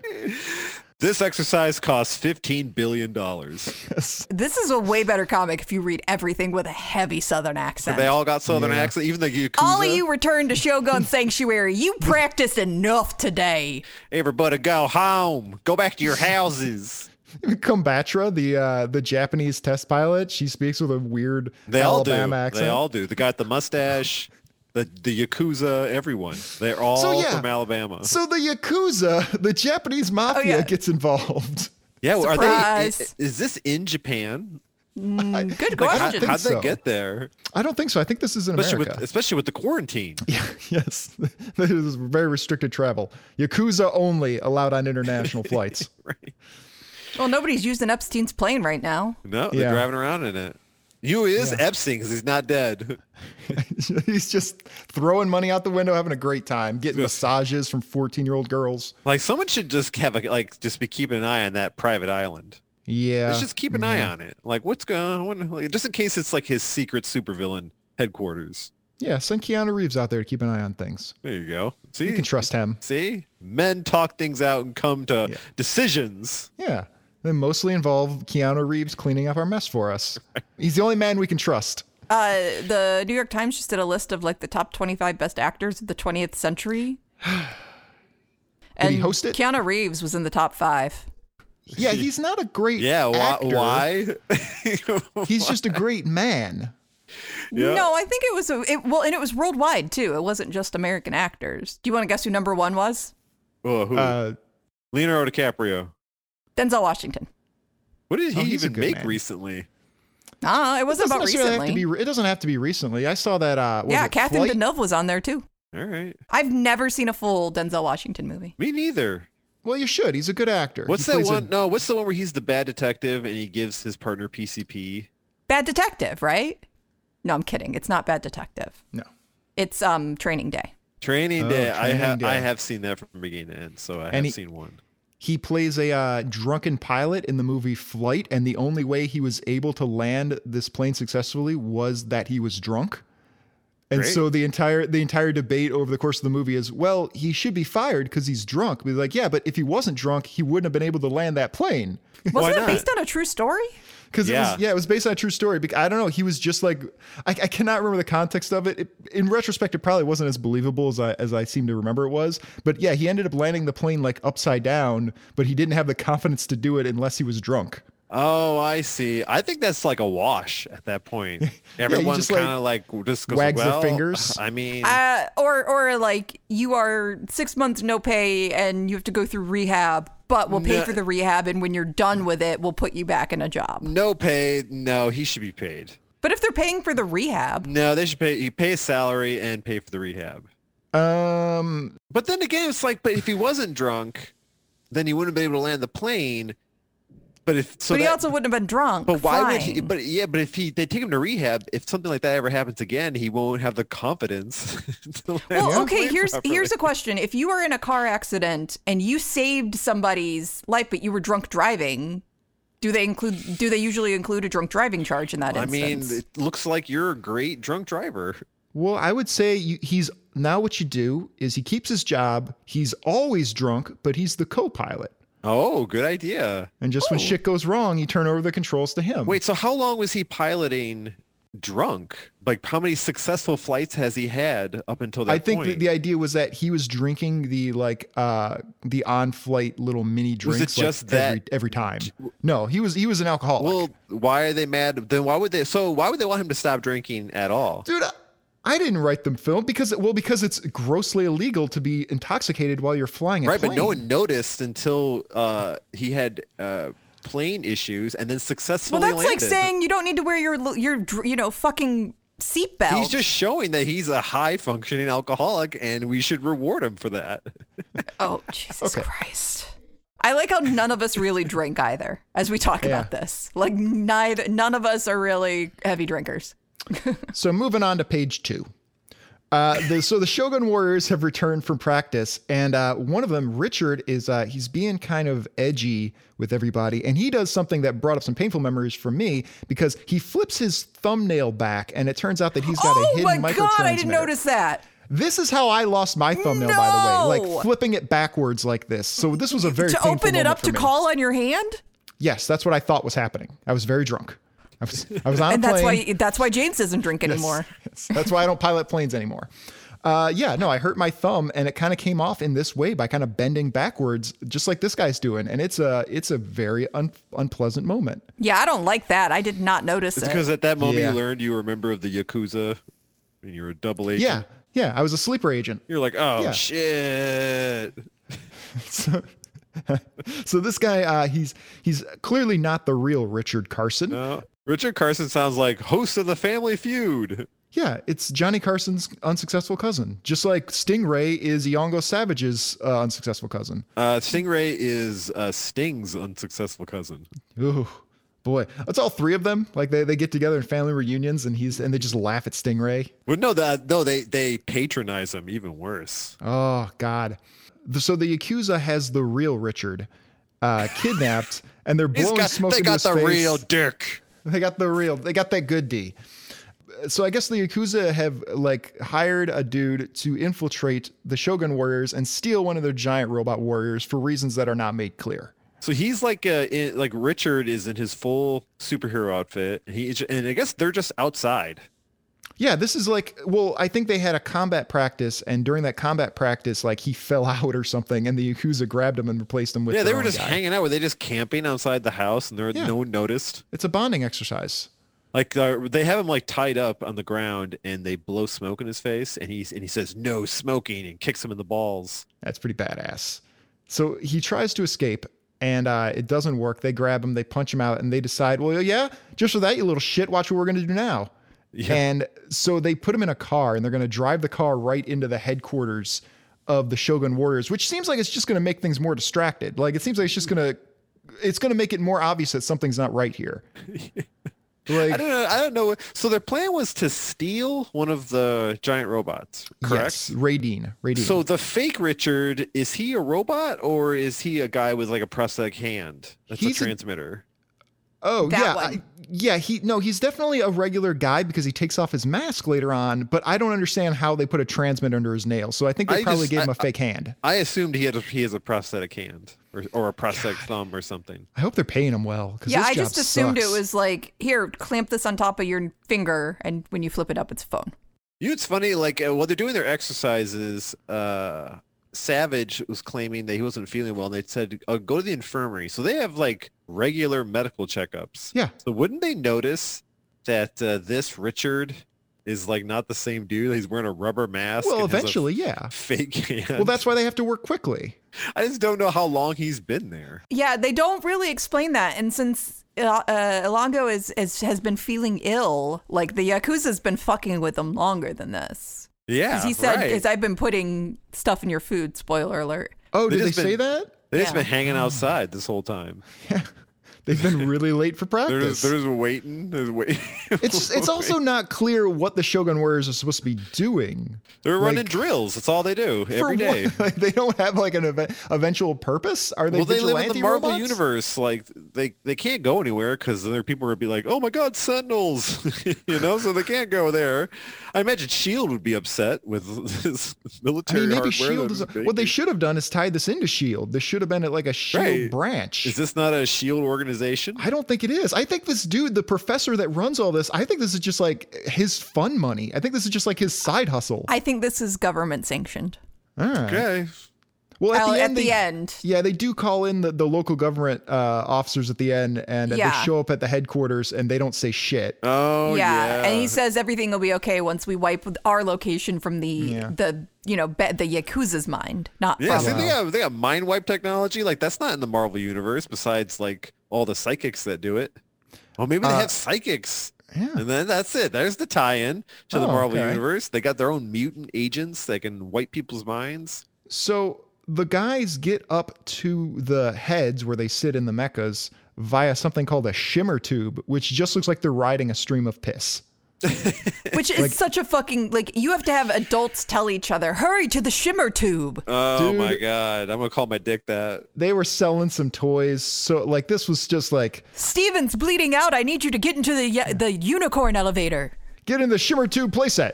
Speaker 5: This exercise costs fifteen billion dollars.
Speaker 3: this is a way better comic if you read everything with a heavy Southern accent.
Speaker 5: They all got southern accent, even the Yakuza.
Speaker 3: all of you returned to Shogun Sanctuary. You practiced enough today.
Speaker 5: Everybody go home. Go back to your houses.
Speaker 4: Combatra, the uh, the Japanese test pilot, she speaks with a weird
Speaker 5: They all do.
Speaker 4: Alabama accent.
Speaker 5: They all do. They got the mustache, the the Yakuza, everyone. They're all
Speaker 4: So, yeah.
Speaker 5: from Alabama. Oh,
Speaker 4: so the Yakuza, the Japanese mafia,
Speaker 3: yeah.
Speaker 4: gets involved.
Speaker 5: yeah, well, are they, i-
Speaker 3: Surprise.
Speaker 5: is this in Japan?
Speaker 4: I-
Speaker 3: Mm, Good
Speaker 4: like,
Speaker 5: How,
Speaker 3: question.
Speaker 4: think
Speaker 5: how'd
Speaker 4: so.
Speaker 5: they get there?
Speaker 4: I don't think so. I think this is in
Speaker 5: Especially
Speaker 4: America.
Speaker 5: with, especially with the quarantine.
Speaker 4: Yeah, yes. This is very restricted travel. Yakuza only allowed on international flights.
Speaker 3: Well, nobody's using Epstein's plane right now.
Speaker 5: No, they're
Speaker 4: Yeah.
Speaker 5: driving around in it. You is Epstein 'cause he's not dead.
Speaker 4: He's just throwing money out the window, having a great time, getting massages from 14 year old girls.
Speaker 5: Like someone should just have a, like just be keeping an eye on that private island.
Speaker 4: Yeah. Mm-hmm.
Speaker 5: Let's just keep an eye on it. Like what's going on? Like, just in case it's like his secret supervillain headquarters.
Speaker 4: yeah, send Keanu Reeves out there to keep an eye on things.
Speaker 5: There you go. See,
Speaker 4: You can trust him.
Speaker 5: see, men talk things out and come to decisions.
Speaker 4: Yeah. They mostly involve Keanu Reeves cleaning up our mess for us. He's the only man we can trust.
Speaker 3: Uh, the New York Times just did a list of like the top 25 best actors of the 20th century.
Speaker 4: Did
Speaker 3: and
Speaker 4: he host it?
Speaker 3: Keanu Reeves was in the top five.
Speaker 4: Yeah, he's not a great
Speaker 5: Yeah. Why?
Speaker 4: actor.
Speaker 5: Why?
Speaker 4: He's just a great man.
Speaker 5: Yeah.
Speaker 3: No, I think it was a, it, well, and it was worldwide too. It wasn't just American actors. Do you want to guess who number one was?
Speaker 5: Oh, who?
Speaker 4: Uh,
Speaker 5: Leonardo DiCaprio.
Speaker 3: Denzel Washington.
Speaker 5: What did
Speaker 4: Oh,
Speaker 5: he
Speaker 4: he's a
Speaker 5: even
Speaker 4: good
Speaker 5: make
Speaker 4: man.
Speaker 5: recently?
Speaker 3: Ah, it wasn't
Speaker 4: doesn't
Speaker 3: about
Speaker 4: necessarily have to
Speaker 3: recently.
Speaker 4: be- it doesn't have to be recently. I saw that. Uh, was
Speaker 3: yeah,
Speaker 4: it
Speaker 3: Catherine
Speaker 4: Flight?
Speaker 3: Deneuve was on there too.
Speaker 5: All right.
Speaker 3: I've never seen a full Denzel Washington movie.
Speaker 5: Me neither.
Speaker 4: Well, you should. He's a good actor.
Speaker 5: What's
Speaker 4: He
Speaker 5: that
Speaker 4: plays a-
Speaker 5: one? No, what's the one where he's the bad detective and he gives his partner PCP?
Speaker 3: Bad Detective, right? No, I'm kidding. It's not Bad Detective.
Speaker 4: no.
Speaker 3: It's um Training Day.
Speaker 5: Training
Speaker 4: Oh,
Speaker 5: Day. I
Speaker 4: Training
Speaker 5: have I
Speaker 4: Day.
Speaker 5: have seen that from beginning to end, so I have
Speaker 4: he-
Speaker 5: seen one.
Speaker 4: He plays a uh, drunken pilot in the movie Flight, and the only way he was able to land this plane successfully was that he was drunk. And
Speaker 5: Great.
Speaker 4: so the entire the entire debate over the course of the movie is, well, he should be fired because he's drunk. Be like, yeah, but if he wasn't drunk, he wouldn't have been able to land that plane.
Speaker 3: Wasn't
Speaker 5: not?
Speaker 3: it based on a true story?
Speaker 4: Because it
Speaker 5: Yeah.
Speaker 4: was yeah, it was based on a true story. Bec- I don't know. He was just like I, I cannot remember the context of it. it. In retrospect, it probably wasn't as believable as I as I seem to remember it was. But yeah, he ended up landing the plane like upside down, but he didn't have the confidence to do it unless he was drunk.
Speaker 5: Oh, I see. I think that's like a wash at that point. Everyone's
Speaker 4: just, like,
Speaker 5: kind of like just goes,
Speaker 4: wags their
Speaker 5: "Well,
Speaker 4: fingers."
Speaker 5: I mean,
Speaker 3: Uh, or or like you are six months no pay and you have to go through rehab, but we'll pay
Speaker 5: No.
Speaker 3: for the rehab, and when you're done with it, we'll put you back in a job.
Speaker 5: no pay. No, he should be paid.
Speaker 3: But if they're paying for the rehab,
Speaker 5: No, they should pay. You pay his salary and pay for the rehab.
Speaker 4: Um,
Speaker 5: But then again, it's like, but if he wasn't drunk, then he wouldn't have been able to land the plane. But if so,
Speaker 3: but he
Speaker 5: that-
Speaker 3: also wouldn't have been drunk.
Speaker 5: But why would he?
Speaker 3: flying.
Speaker 5: But yeah, but if he they take him to rehab, if something like that ever happens again, he won't have the confidence. to learn
Speaker 3: Well,
Speaker 5: to
Speaker 3: okay.
Speaker 5: play
Speaker 3: Here's
Speaker 5: properly.
Speaker 3: here's a question: If you were in a car accident and you saved somebody's life, but you were drunk driving, do they include? Do they usually include a drunk driving charge in that
Speaker 5: I mean,
Speaker 3: instance?
Speaker 5: it looks like you're a great drunk driver.
Speaker 4: Well, I would say you, he's now what you do is he keeps his job. He's always drunk, but he's the co-pilot.
Speaker 5: Oh, good idea.
Speaker 4: And just when shit goes wrong, you turn over the controls to him.
Speaker 5: Wait, so how long was he piloting drunk? Like, how many successful flights has he had up until that
Speaker 4: I think
Speaker 5: point?
Speaker 4: that the idea was that he was drinking the like uh the on-flight little mini
Speaker 5: Was it
Speaker 4: drinks
Speaker 5: just
Speaker 4: like,
Speaker 5: that-
Speaker 4: every, every time. No, he was he was an alcoholic.
Speaker 5: well, why are they mad? Then why would they? So why would they want him to stop drinking at all?
Speaker 4: dude I- i didn't write the film because well because it's grossly illegal to be intoxicated while you're flying a
Speaker 5: Right, but
Speaker 4: plane.
Speaker 5: no one noticed until uh, he had uh, plane issues and then successfully
Speaker 3: well, that's like
Speaker 5: landed.
Speaker 3: saying you don't need to wear your l- your dr- you know fucking seatbelt.
Speaker 5: He's just showing that he's a high functioning alcoholic, and we should reward him for that.
Speaker 3: oh Jesus
Speaker 4: Okay.
Speaker 3: Christ. I like how none of us really drink either, as we talk
Speaker 4: Yeah.
Speaker 3: about this. Like neither, none of us are really heavy drinkers.
Speaker 4: so moving on to page two uh, the, so the Shogun Warriors have returned from practice, and uh, one of them, Richard, is uh, he's being kind of edgy with everybody, and he does something that brought up some painful memories for me because he flips his thumbnail back, and it turns out that he's got a
Speaker 3: oh my
Speaker 4: hidden
Speaker 3: god, I didn't
Speaker 4: microtransmitter.
Speaker 3: notice that.
Speaker 4: This is how I lost my thumbnail, by the way,
Speaker 3: No!
Speaker 4: like flipping it backwards like this. So this was a very
Speaker 3: to
Speaker 4: painful
Speaker 3: open it
Speaker 4: moment
Speaker 3: up
Speaker 4: for
Speaker 3: to
Speaker 4: me.
Speaker 3: call on your hand,
Speaker 4: Yes, that's what I thought was happening. I was very drunk. I was I was on
Speaker 3: and
Speaker 4: a
Speaker 3: that's
Speaker 4: plane.
Speaker 3: why that's why James doesn't drink anymore.
Speaker 4: Yes, that's why I don't pilot planes anymore. Uh, yeah, no, I hurt my thumb, and it kind of came off in this way by kind of bending backwards, just like this guy's doing. And it's a it's a very un- unpleasant moment.
Speaker 3: Yeah, I don't like that. I did not notice it.
Speaker 5: Because at that moment,
Speaker 4: Yeah.
Speaker 5: you learned you were a member of the yakuza, and you were a double agent.
Speaker 4: Yeah, yeah, I was a sleeper agent.
Speaker 5: you're like, oh
Speaker 4: Yeah.
Speaker 5: shit.
Speaker 4: So, so this guy, uh, he's he's clearly not the real Richard Carson.
Speaker 5: No. Uh, Richard Carson sounds like host of the Family Feud.
Speaker 4: Yeah, it's Johnny Carson's unsuccessful cousin, just like Stingray is Yongo Savage's uh, unsuccessful cousin.
Speaker 5: Uh, Stingray is uh, Sting's unsuccessful cousin.
Speaker 4: Ooh, boy, that's all three of them. Like they, they get together in family reunions, and he's and they just laugh at Stingray.
Speaker 5: Well, no, that no, they they patronize him even worse.
Speaker 4: Oh God. The- So the Yakuza has the real Richard uh, kidnapped, and they're
Speaker 5: He's
Speaker 4: blowing
Speaker 5: got,
Speaker 4: smoke.
Speaker 5: they
Speaker 4: into
Speaker 5: got
Speaker 4: his
Speaker 5: the
Speaker 4: face.
Speaker 5: real dick.
Speaker 4: They got the real. They got that good D. So I guess the Yakuza have like hired a dude to infiltrate the Shogun warriors and steal one of their giant robot warriors for reasons that are not made clear.
Speaker 5: So he's like uh in, like Richard is in his full superhero outfit. He and I guess they're just outside.
Speaker 4: Yeah, this is like well, I think they had a combat practice, and during that combat practice, like he fell out or something, and the Yakuza grabbed him and replaced him with.
Speaker 5: yeah, they
Speaker 4: their
Speaker 5: were
Speaker 4: own
Speaker 5: just
Speaker 4: guy.
Speaker 5: hanging out. Were they just camping outside the house and there
Speaker 4: Yeah.
Speaker 5: no one noticed?
Speaker 4: It's a bonding exercise.
Speaker 5: Like uh, they have him like tied up on the ground and they blow smoke in his face and he's and he says no smoking and kicks him in the balls.
Speaker 4: That's pretty badass. So he tries to escape, and uh, it doesn't work. They grab him, they punch him out, and they decide, well, yeah, just for that, you little shit. Watch what we're gonna do now.
Speaker 5: Yeah.
Speaker 4: And so they put him in a car, and they're gonna drive the car right into the headquarters of the Shogun Warriors, which seems like it's just gonna make things more distracted. Like it seems like it's just gonna, it's gonna make it more obvious that something's not right here.
Speaker 5: I
Speaker 4: Like
Speaker 5: don't know. I don't know. So their plan was to steal one of the giant robots, correct?
Speaker 4: yes, Radine, Radine.
Speaker 5: So the fake Richard is he a robot or is he a guy with like a prosthetic hand? That's
Speaker 4: He's
Speaker 5: a
Speaker 4: a-
Speaker 5: transmitter.
Speaker 4: Oh
Speaker 3: That
Speaker 4: yeah,
Speaker 3: one.
Speaker 4: I- yeah. He no, he's definitely a regular guy because he takes off his mask later on. But I don't understand how they put a transmitter under his nail. So I think they
Speaker 5: I
Speaker 4: probably
Speaker 5: just-
Speaker 4: gave
Speaker 5: I-
Speaker 4: him a fake hand.
Speaker 5: I assumed he had a, he has a prosthetic hand or, or a prosthetic thumb or something.
Speaker 4: I hope they're paying him well. 'cause
Speaker 3: yeah,
Speaker 4: this
Speaker 3: I
Speaker 4: job
Speaker 3: just assumed it
Speaker 4: sucks.
Speaker 3: was like here, clamp this on top of your finger, and when you flip it up, it's a phone.
Speaker 5: You know, it's funny. Like uh, while they're doing their exercises, uh, Savage was claiming that he wasn't feeling well, and they said uh, go to the infirmary. So they have like regular medical checkups.
Speaker 4: Yeah.
Speaker 5: So wouldn't they notice that uh, this Richard is like not the same dude? He's wearing a rubber mask.
Speaker 4: Well,
Speaker 5: and has a
Speaker 4: eventually, yeah.
Speaker 5: Fake hand.
Speaker 4: Well, that's why they have to work quickly.
Speaker 5: I just don't know how long he's been there.
Speaker 3: Yeah, they don't really explain that. And since uh, uh, Ilongo is, is has been feeling ill, like the yakuza's been fucking with him longer than this.
Speaker 5: Yeah.
Speaker 3: Because he said,
Speaker 5: right.
Speaker 3: "Is I've been putting stuff in your food." Spoiler alert.
Speaker 4: Oh,
Speaker 5: They
Speaker 4: did they
Speaker 5: just been-
Speaker 4: say that?
Speaker 5: They've just
Speaker 3: Yeah. Mm.
Speaker 5: been hanging outside this whole time.
Speaker 4: Yeah. They've been really late for practice.
Speaker 5: There's there's waiting. There's waiting.
Speaker 4: it's it's also not clear what the Shogun Warriors are supposed to be doing.
Speaker 5: They're
Speaker 4: like-
Speaker 5: running drills. That's all they do every
Speaker 4: For what?
Speaker 5: day.
Speaker 4: Like, they don't have like an ev- eventual purpose. Are they
Speaker 5: Well, they live in the
Speaker 4: vigilante
Speaker 5: Marvel
Speaker 4: robots?
Speaker 5: universe. Like they they can't go anywhere because other people would be like, "Oh my God, Sentinels!" you know, so they can't go there. I imagine Shield would be upset with this
Speaker 4: I
Speaker 5: military
Speaker 4: mean, maybe
Speaker 5: hardware.
Speaker 4: Shield
Speaker 5: that
Speaker 4: is.
Speaker 5: is
Speaker 4: What they
Speaker 5: making-
Speaker 4: should have done is tied this into Shield. E This should have been at like a Shield
Speaker 5: Right.
Speaker 4: E branch.
Speaker 5: is this not a Shield E organization?
Speaker 4: I don't think it is. I think this dude, the professor that runs all this, I think this is just like his fun money. I think this is just like his side hustle.
Speaker 3: I think this is government sanctioned.
Speaker 4: All right.
Speaker 5: Okay,
Speaker 4: Well, at,
Speaker 3: Well,
Speaker 4: the,
Speaker 3: at
Speaker 4: end,
Speaker 3: the
Speaker 4: they-
Speaker 3: end.
Speaker 4: Yeah, they do call in the, the local government uh, officers at the end, and uh,
Speaker 3: Yeah.
Speaker 4: they show up at the headquarters, and they don't say shit.
Speaker 5: Oh yeah.
Speaker 3: and he says everything will be okay once we wipe our location from the the you know be, the yakuza's mind. Not
Speaker 5: yeah,
Speaker 3: from-
Speaker 5: see, they have they have mind wipe technology. Like that's not in the Marvel universe. Besides, like all the psychics that do it. Oh, maybe they have psychics.
Speaker 4: Uh, yeah.
Speaker 5: And then that's it. There's the tie-in to the
Speaker 4: Oh,
Speaker 5: Marvel
Speaker 4: okay.
Speaker 5: universe. They got their own mutant agents that can wipe people's minds.
Speaker 4: So the guys get up to the heads where they sit in the mechas via something called a shimmer tube, which just looks like they're riding a stream of piss.
Speaker 3: which is such a fucking like you have to have adults tell each other, hurry to the shimmer tube.
Speaker 5: Oh my
Speaker 4: Dude.
Speaker 5: god, I'm gonna call my dick that.
Speaker 4: They were selling some toys, so like this was just like
Speaker 3: Steven's bleeding out. I need you to get into the ye- the unicorn elevator.
Speaker 4: get in the shimmer tube playset.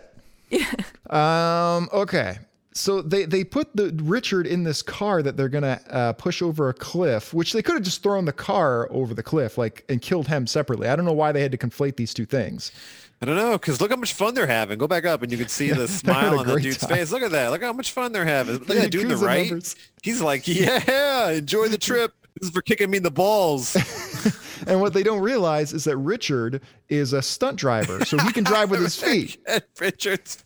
Speaker 4: um. Okay. So they they put the Richard in this car that they're gonna uh, push over a cliff, which they could have just thrown the car over the cliff, like and killed him separately. I don't know why they had to conflate these two things.
Speaker 5: I don't know, because look how much fun they're having. Go back up and you can see the smile
Speaker 4: having a
Speaker 5: on the
Speaker 4: great
Speaker 5: dude's
Speaker 4: time.
Speaker 5: face. Look at that. Look how much fun they're having. Look at that dude in the
Speaker 4: Yakuza
Speaker 5: right.
Speaker 4: members.
Speaker 5: He's like, yeah, enjoy the trip. This is for kicking me in the balls.
Speaker 4: And what they don't realize is that Richard is a stunt driver, so he can drive with his feet.
Speaker 5: and Richard's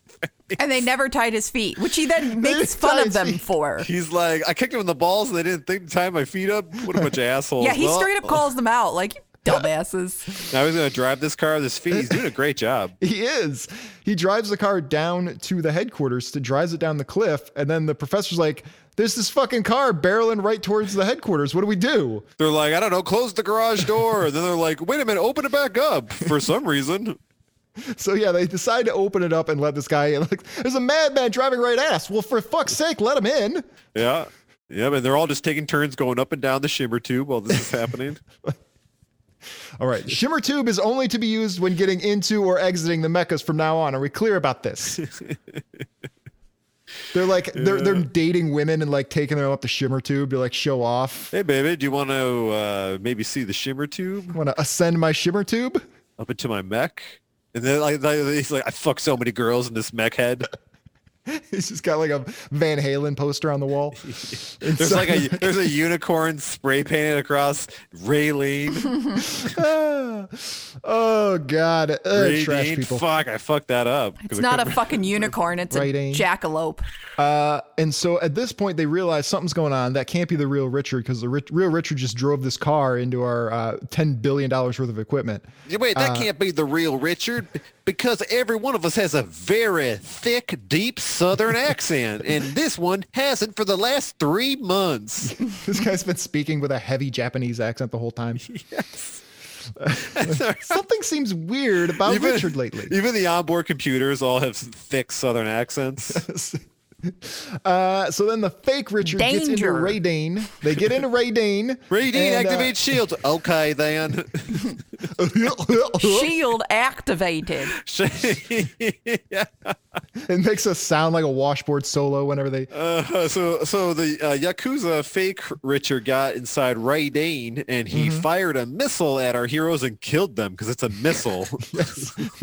Speaker 3: And they never tied his feet, which he then makes
Speaker 4: didn't tie
Speaker 3: fun of
Speaker 4: his
Speaker 3: them
Speaker 4: feet.
Speaker 3: for.
Speaker 5: He's like, I kicked him in the balls and they didn't think to tie my feet up. What a bunch of assholes.
Speaker 3: Yeah, he
Speaker 5: Well,
Speaker 3: straight up calls them out like you dumbasses.
Speaker 5: I was gonna drive this car with his feet. He's doing a great job.
Speaker 4: He is. He drives the car down to the headquarters to drives it down the cliff, and then the professor's like, "There's this fucking car barreling right towards the headquarters. What do we do?"
Speaker 5: They're like, I don't know, close the garage door. And then they're like, wait a minute, open it back up for some reason.
Speaker 4: So yeah, they decide to open it up and let this guy in. Like, there's a madman driving right at us. Well, for fuck's sake, let him in.
Speaker 5: Yeah. Yeah, but they're all just taking turns going up and down the shimmer tube while this is happening.
Speaker 4: All right. Shimmer tube is only to be used when getting into or exiting the mechas from now on. Are we clear about this? they're like they're they're dating women and like taking them up the shimmer tube to like show off.
Speaker 5: hey, baby, do you want to uh, maybe see the shimmer tube
Speaker 4: Want to ascend my shimmer tube?
Speaker 5: up into my mech? And then like, like, he's like, I fuck so many girls in this mech head.
Speaker 4: He's just got like a Van Halen poster on the wall.
Speaker 5: There's like a there's a unicorn spray painted across Raylene.
Speaker 4: Ah. oh god, uh, trash
Speaker 5: Raylene,
Speaker 4: people.
Speaker 5: fuck, I fucked that up.
Speaker 3: It's not a fucking unicorn, it's a
Speaker 4: Writing.
Speaker 3: jackalope.
Speaker 4: Uh, and so at this point, they realize something's going on. That can't be the real Richard because the ri- real Richard just drove this car into our uh, ten billion dollars worth of equipment.
Speaker 5: Yeah, Wait,
Speaker 4: Uh,
Speaker 5: that can't be the real Richard because every one of us has a very thick, deep Southern accent, and this one hasn't for the last three months.
Speaker 4: This guy's been speaking with a heavy Japanese accent the whole time. Something seems weird about Richard lately.
Speaker 5: Even the onboard computers all have thick Southern accents.
Speaker 4: Uh, so then the fake Richard gets into
Speaker 3: Danger.
Speaker 4: Ray Dane. They get into Ray Dane.
Speaker 5: Ray Dean,
Speaker 4: and, uh,
Speaker 5: activate shields. Okay, then.
Speaker 3: Shield activated.
Speaker 4: it makes us sound like a washboard solo whenever they.
Speaker 5: Uh, so, so the uh, Yakuza fake Richard got inside Ray Dane, and he
Speaker 4: Mm-hmm.
Speaker 5: fired a missile at our heroes and killed them because it's a missile.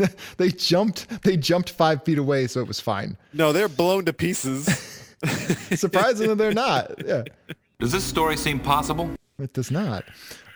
Speaker 4: they jumped. They jumped five feet away, so it was fine.
Speaker 5: no, they're blown to pieces.
Speaker 4: Surprisingly, they're not. Yeah,
Speaker 2: Does this story seem possible?
Speaker 4: it does not.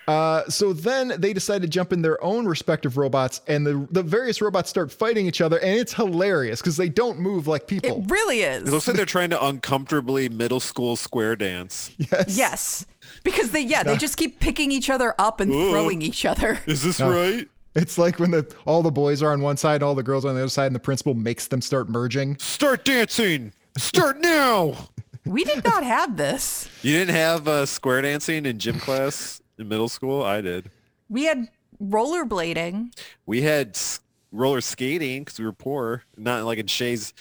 Speaker 4: Uh, so then they decide to jump in their own respective robots, and the the various robots start fighting each other, and it's hilarious because they don't move like
Speaker 3: It
Speaker 4: people.
Speaker 3: really
Speaker 5: It
Speaker 3: is.
Speaker 5: looks like they're trying to uncomfortably middle school square dance.
Speaker 3: Yes. Because they yeah, they just keep picking each other up and throwing each other.
Speaker 5: Is this right?
Speaker 4: It's like when the all the boys are on one side, all the girls on the other side, and the principal makes them start merging.
Speaker 5: Start dancing. Start now.
Speaker 3: We did not have this.
Speaker 5: You didn't have uh, square dancing in gym class in middle school? I did.
Speaker 3: We had rollerblading.
Speaker 5: We had s- roller skating because we were poor, not like in Shay's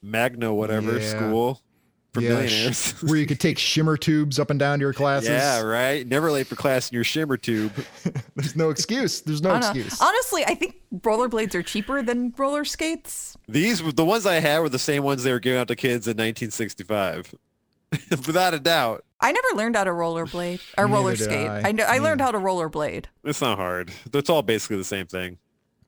Speaker 5: Magno whatever
Speaker 4: Yeah.
Speaker 5: school for
Speaker 4: Yeah, sh-
Speaker 5: millionaires.
Speaker 4: where you could take shimmer tubes up and down to your classes.
Speaker 5: yeah, right. Never late for class in your shimmer tube.
Speaker 4: There's no excuse. There's no
Speaker 3: I don't know.
Speaker 4: excuse.
Speaker 3: Honestly, I think rollerblades are cheaper than roller skates.
Speaker 5: These were- the ones I had were the same ones they were giving out to kids in 1965, without a doubt.
Speaker 3: I never learned how to rollerblade or roller
Speaker 4: did
Speaker 3: skate.
Speaker 4: I.
Speaker 3: I, know, I learned how to rollerblade.
Speaker 5: It's not hard. It's all basically the same thing.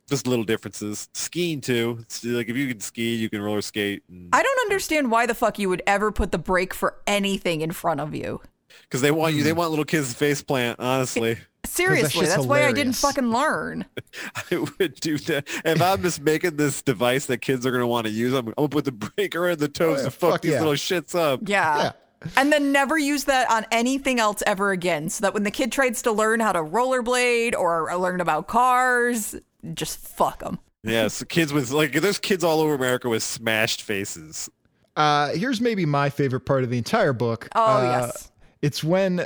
Speaker 5: Just little differences. Skiing too. It's like if you can ski, you can roller skate.
Speaker 3: I don't understand why the fuck you would ever put the brake for anything in front of you.
Speaker 5: Because they want you.
Speaker 4: Hmm.
Speaker 5: They want little kids to face plant. Honestly,
Speaker 3: Seriously,
Speaker 4: shit's
Speaker 3: that's why I didn't
Speaker 4: hilarious.
Speaker 3: fucking learn.
Speaker 5: I would do that. If I'm just making this device that kids are gonna want to use, I'm, I'm gonna put the breaker in the
Speaker 4: Oh,
Speaker 5: toes
Speaker 4: yeah,
Speaker 5: to fuck,
Speaker 4: fuck
Speaker 5: these
Speaker 4: yeah.
Speaker 5: little shits up.
Speaker 3: Yeah. And then never use that on anything else ever again. So that when the kid tries to learn how to rollerblade or learn about cars, just fuck them.
Speaker 5: Yeah, so kids with like there's kids all over America with smashed faces.
Speaker 4: Uh, here's maybe my favorite part of the entire book.
Speaker 3: Oh,
Speaker 4: Uh,
Speaker 3: yes.
Speaker 4: It's when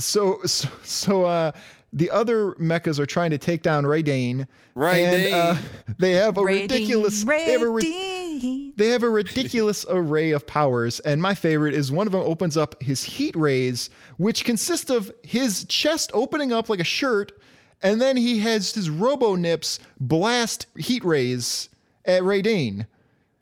Speaker 4: so so, so uh, the other mechas are trying to take down Raydane.
Speaker 5: Raydane.
Speaker 4: And, uh, they have a ridiculous. They have a ri-
Speaker 3: Rating.
Speaker 4: they have a ridiculous array of powers, and my favorite is one of them opens up his heat rays, which consist of his chest opening up like a shirt, and then he has his robo nips blast heat rays at Raydane.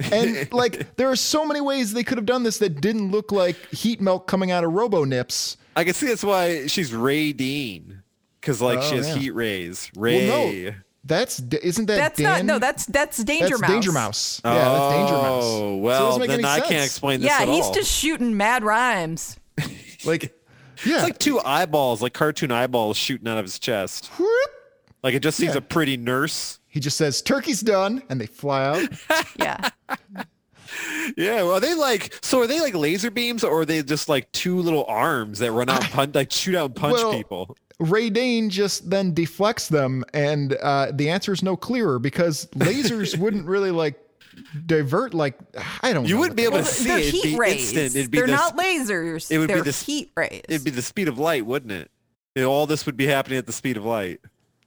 Speaker 4: And like there are so many ways they could have done this that didn't look like heat melt coming out of robo nips.
Speaker 5: I can see that's why she's Ray Dean, because like she
Speaker 4: Oh,
Speaker 5: has
Speaker 4: yeah.
Speaker 5: heat rays.
Speaker 4: Well,
Speaker 5: Ray.
Speaker 4: no, that's isn't that
Speaker 3: That's
Speaker 4: Dan?
Speaker 3: not, no, that's that's Danger
Speaker 4: that's
Speaker 3: Mouse.
Speaker 4: Danger Mouse. Yeah, that's Danger Mouse.
Speaker 5: Oh
Speaker 4: so it
Speaker 5: well,
Speaker 4: doesn't make
Speaker 5: then
Speaker 4: any
Speaker 5: I can't
Speaker 4: sense.
Speaker 5: explain this
Speaker 3: Yeah,
Speaker 5: at
Speaker 3: he's
Speaker 5: all.
Speaker 3: just shooting mad rhymes.
Speaker 4: like, yeah,
Speaker 5: It's like two eyeballs, like cartoon eyeballs shooting out of his chest.
Speaker 4: whoop.
Speaker 5: Like it just seems
Speaker 4: Yeah.
Speaker 5: a pretty nurse.
Speaker 4: He just says, Turkey's done, and they fly out.
Speaker 3: Yeah.
Speaker 5: Yeah, well, are they like so? Are they like laser beams, or are they just like two little arms that run out and punch, like shoot out and punch
Speaker 4: Well-
Speaker 5: people?
Speaker 4: Ray Dane just then deflects them, and uh, the answer is no clearer because lasers wouldn't really like divert. Like, I don't
Speaker 5: You
Speaker 4: know.
Speaker 5: wouldn't be able to
Speaker 3: Well,
Speaker 5: see
Speaker 3: they're
Speaker 5: it. It'd
Speaker 3: heat
Speaker 5: be
Speaker 3: rays.
Speaker 5: instant. It'd be
Speaker 3: they're
Speaker 5: the,
Speaker 3: not lasers.
Speaker 5: it would be
Speaker 3: they're
Speaker 5: the s-
Speaker 3: heat rays.
Speaker 5: It'd be the speed of light, wouldn't it? You know, all this would be happening at the speed of light.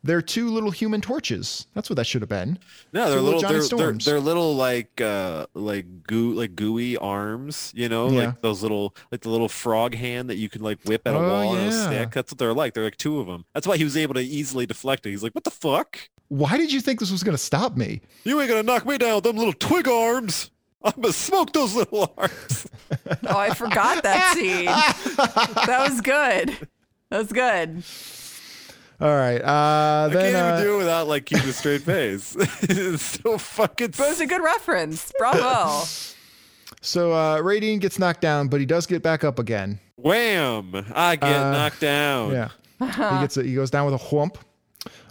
Speaker 4: They're two little human torches. That's what that should have been.
Speaker 5: No,
Speaker 4: Two
Speaker 5: they're little.
Speaker 4: little Johnny
Speaker 5: They're, they're
Speaker 4: Storms.
Speaker 5: they're little like uh like goo like gooey arms. You know,
Speaker 4: Yeah.
Speaker 5: like those little like the little frog hand that you can like whip at a
Speaker 4: Oh,
Speaker 5: wall and it'll
Speaker 4: yeah.
Speaker 5: stick. That's what they're like. They're like two of them. That's why he was able to easily deflect it. He's like, what the fuck?
Speaker 4: Why did you think this was going to stop me?
Speaker 5: You ain't gonna knock me down with them little twig arms. I'm gonna smoke those little arms.
Speaker 3: Oh, I forgot that scene. that was good. That was good.
Speaker 4: All right. Uh,
Speaker 5: I
Speaker 4: then,
Speaker 5: can't
Speaker 4: uh,
Speaker 5: even do it without like keeping a straight face. it's so fucking.
Speaker 3: That was a good reference. Bravo.
Speaker 4: so uh, Ray Dane gets knocked down, but he does get back up again.
Speaker 5: Wham! I get
Speaker 4: Uh,
Speaker 5: knocked down.
Speaker 4: Yeah. he gets a, he goes down with a whomp.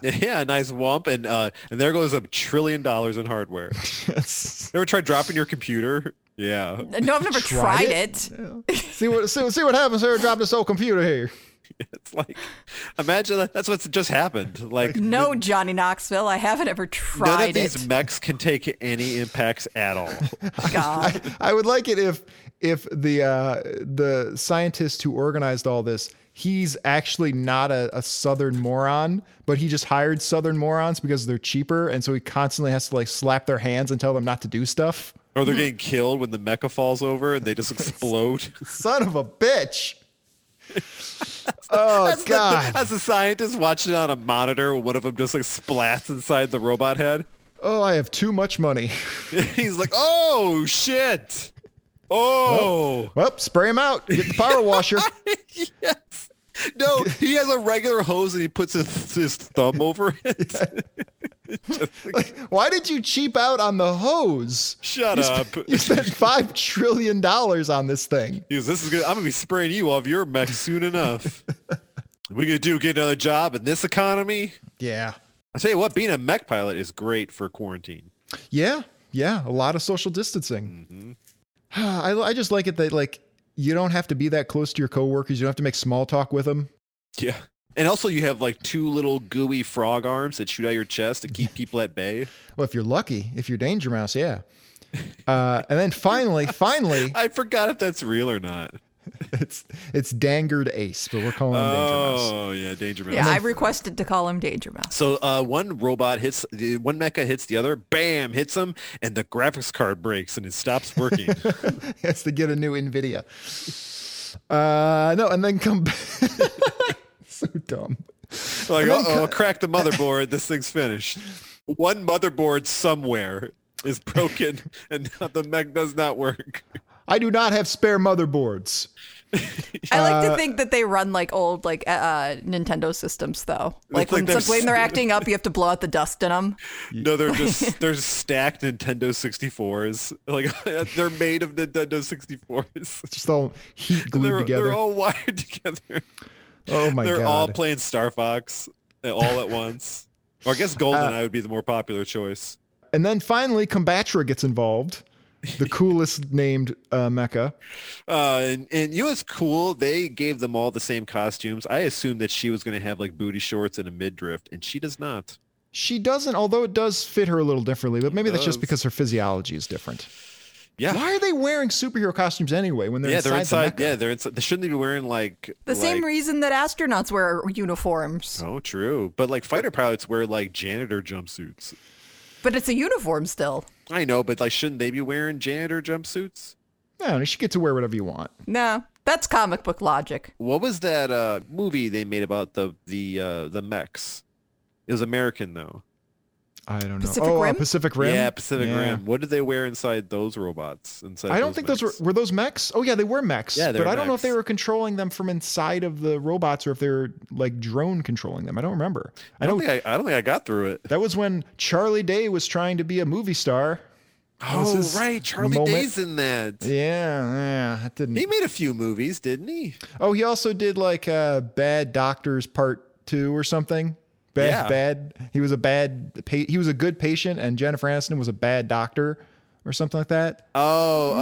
Speaker 5: Yeah, a nice wump, and uh, and there goes a trillion dollars in hardware. Ever tried dropping your computer? Yeah.
Speaker 3: No, I've never
Speaker 4: Tried
Speaker 3: tried,
Speaker 4: it?
Speaker 3: it.
Speaker 4: see what see, see what happens here. Drop this old computer here.
Speaker 5: It's like, imagine that, that's what's just happened. Like,
Speaker 3: No, Johnny Knoxville, I haven't ever tried
Speaker 5: none of these
Speaker 3: it.
Speaker 5: mechs can take any impacts at all.
Speaker 3: God.
Speaker 4: I would like it if if the uh, the scientist who organized all this, he's actually not a, a Southern moron, but he just hired Southern morons because they're cheaper, and so he constantly has to like slap their hands and tell them not to do stuff.
Speaker 5: or they're getting killed when the mecha falls over and they just explode.
Speaker 4: Son of a bitch. oh
Speaker 5: It's like the-
Speaker 4: god.
Speaker 5: as a scientist watching it on a monitor, one of them just like splats inside the robot head.
Speaker 4: Oh, I have too much money.
Speaker 5: He's like, "Oh shit! Oh
Speaker 4: Well, spray him out. Get the power washer.
Speaker 5: yes! No, he has a regular hose and he puts his, his thumb over it.
Speaker 4: Why did you cheap out on the hose?
Speaker 5: Shut up!
Speaker 4: You spent five trillion dollars on this thing.
Speaker 5: He goes, "This is gonna. I'm gonna be spraying you off your mech soon enough. what are you gonna do? Get another job in this economy?
Speaker 4: Yeah.
Speaker 5: I tell you what, being a mech pilot is great for quarantine.
Speaker 4: Yeah, yeah, a lot of social distancing.
Speaker 5: Mm-hmm.
Speaker 4: I, I just like it that like you don't have to be that close to your coworkers. You don't have to make small talk with them.
Speaker 5: Yeah." And also, you have like two little gooey frog arms that shoot out your chest to keep people at bay.
Speaker 4: Well, if you're lucky, if you're Danger Mouse, yeah. Uh, and then finally, finally,
Speaker 5: I forgot if that's real or not.
Speaker 4: it's it's Dangered Ace, but we're calling him Danger Mouse.
Speaker 5: Oh yeah, Danger Mouse.
Speaker 3: Yeah, I requested to call him Danger Mouse.
Speaker 5: So uh, one robot hits the one mecha hits the other, bam, hits him, and the graphics card breaks and it stops working. Oh.
Speaker 4: Has to get a new Nvidia. Uh, no, and then come back. so dumb.
Speaker 5: like, uh oh, crack the motherboard. This thing's finished. One motherboard somewhere is broken, and now the mech does not work.
Speaker 4: I do not have spare motherboards.
Speaker 3: I like
Speaker 5: Uh,
Speaker 3: to think that they run like old like uh, uh, Nintendo systems though. Like,
Speaker 5: like
Speaker 3: when
Speaker 5: they're
Speaker 3: some- when they're acting up, you have to blow out the dust in them.
Speaker 5: No, they're just they're stacked Nintendo 64s. Like they're made of Nintendo 64s.
Speaker 4: Just all heat glued
Speaker 5: They're,
Speaker 4: together.
Speaker 5: they're all wired together.
Speaker 4: oh my
Speaker 5: they're
Speaker 4: god.
Speaker 5: all playing Star Fox uh, all at once. Or I
Speaker 4: Uh,
Speaker 5: guess Goldeneye would be the more popular choice.
Speaker 4: and then finally, Combatra gets involved. The coolest named uh, mecha.
Speaker 5: Uh, and, and you know what's cool? They gave them all the same costumes. I assumed that she was going to have like booty shorts and a midriff, and she does not.
Speaker 4: She doesn't, although it does fit her a little differently, but maybe that's just
Speaker 5: does.
Speaker 4: because her physiology is different.
Speaker 5: Yeah.
Speaker 4: Why are they wearing superhero costumes anyway when they're
Speaker 5: yeah,
Speaker 4: inside?
Speaker 5: they're
Speaker 4: the
Speaker 5: inside.
Speaker 4: mecha?
Speaker 5: yeah, they're inside. They shouldn't be wearing like
Speaker 3: The same
Speaker 5: like-
Speaker 3: reason that astronauts wear uniforms,
Speaker 5: Oh, true. But like fighter pilots wear like janitor jumpsuits.
Speaker 3: but it's a uniform still.
Speaker 5: I know, but like, shouldn't they be wearing janitor jumpsuits?
Speaker 4: No, you should get to wear whatever you want.
Speaker 3: Nah, that's comic book logic.
Speaker 5: What was that uh, movie they made about the the uh, the mechs? It was American though.
Speaker 4: I don't know.
Speaker 3: Pacific
Speaker 4: oh, uh,
Speaker 3: Rim?
Speaker 4: Pacific Rim.
Speaker 5: Yeah, Pacific
Speaker 4: Yeah.
Speaker 5: Rim. What did they wear inside those robots? Inside
Speaker 4: I don't think those
Speaker 5: mechs?
Speaker 4: were were those mechs. Oh yeah, they were mechs.
Speaker 5: Yeah, they
Speaker 4: but
Speaker 5: were
Speaker 4: I don't know if they
Speaker 5: mechs.
Speaker 4: were controlling them from inside of the robots or if they were like drone controlling them. I don't remember. I
Speaker 5: I
Speaker 4: know
Speaker 5: don't think I, I don't think I got through it.
Speaker 4: that was when Charlie Day was trying to be a movie star. This
Speaker 5: Oh
Speaker 4: is
Speaker 5: right,
Speaker 4: the
Speaker 5: Charlie
Speaker 4: moment-
Speaker 5: Day's in that.
Speaker 4: Yeah, yeah, that didn't.
Speaker 5: He made a few movies, didn't he?
Speaker 4: Oh, he also did like uh, Bad Doctors Part Two or something. Bad,
Speaker 5: Yeah.
Speaker 4: bad. He was a bad. Pa- he was a good patient, and Jennifer Aniston was a bad doctor or something like that.
Speaker 5: Oh,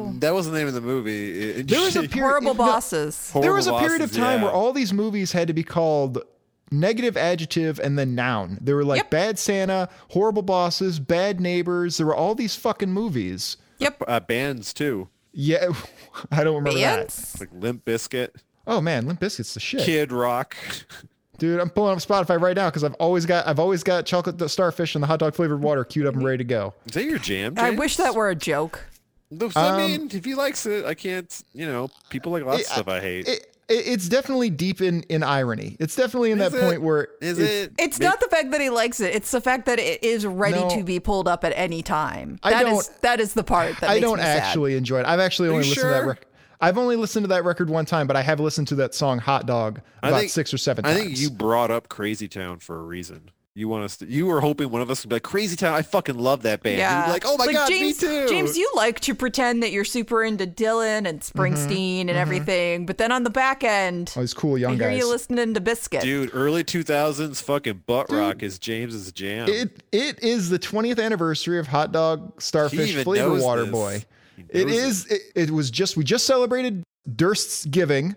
Speaker 3: No.
Speaker 5: um, that was the name of the movie. It-
Speaker 4: There was a period.
Speaker 3: Horrible
Speaker 4: no,
Speaker 3: bosses.
Speaker 4: there was a
Speaker 5: Horrible
Speaker 4: period of
Speaker 5: Bosses,
Speaker 4: time
Speaker 5: yeah.
Speaker 4: where all these movies had to be called negative adjective and then noun. There were like
Speaker 3: Yep.
Speaker 4: Bad Santa, Horrible Bosses, Bad Neighbors. There were all these fucking movies.
Speaker 3: Yep.
Speaker 5: uh, bands too,
Speaker 4: Yeah, I don't remember that.
Speaker 3: Bands?
Speaker 5: like Limp Biscuit,
Speaker 4: Oh man, Limp Bizkit's the shit.
Speaker 5: Kid Rock.
Speaker 4: Dude, I'm pulling up Spotify right now because I've always got I've always got chocolate the starfish and the hot dog flavored water queued up and ready to go.
Speaker 5: Is that your jam?
Speaker 3: I
Speaker 5: James?
Speaker 3: wish that were a joke.
Speaker 5: No, I mean, if he likes it, I can't. You know, people like lots of stuff I hate.
Speaker 4: um, It, it, it's definitely deep in in irony. It's definitely in
Speaker 5: Is
Speaker 4: that
Speaker 5: it?
Speaker 4: point where
Speaker 5: Is
Speaker 4: it's-
Speaker 5: it?
Speaker 3: It's not the fact that he likes it; it's the fact that it is ready
Speaker 4: No.
Speaker 3: to be pulled up at any time.
Speaker 4: I
Speaker 3: That is
Speaker 4: don't-
Speaker 3: that is the part that
Speaker 4: I
Speaker 3: makes
Speaker 4: don't
Speaker 3: me sad.
Speaker 4: actually enjoy it. I've actually only
Speaker 5: you
Speaker 4: listened to that
Speaker 5: sure?
Speaker 4: record. I've only listened to that record one time, but I have listened to that song "Hot Dog"
Speaker 5: I
Speaker 4: about
Speaker 5: think-
Speaker 4: six or seven
Speaker 5: I
Speaker 4: times.
Speaker 5: think you brought up Crazy Town for a reason. You want us to, you were hoping one of us would be like Crazy Town. I fucking love that band. You'd be like, oh my
Speaker 3: Like,
Speaker 5: god,
Speaker 3: James,
Speaker 5: me too.
Speaker 3: James, you like to pretend that you're super into Dylan and
Speaker 4: Mm-hmm.
Speaker 3: Springsteen and everything, but then on the back end,
Speaker 4: all these Oh, cool
Speaker 3: I
Speaker 4: young
Speaker 3: hear
Speaker 4: guys.
Speaker 3: you listening to Biscuit.
Speaker 5: Dude, early 2000s fucking butt rock is James's jam.
Speaker 4: It it is the 20th anniversary of Hot Dog Starfish
Speaker 5: even
Speaker 4: Flavor
Speaker 5: knows
Speaker 4: Water
Speaker 5: this.
Speaker 4: Boy.
Speaker 5: He
Speaker 4: It
Speaker 5: knows
Speaker 4: is. It, it was just we just celebrated Durst's giving.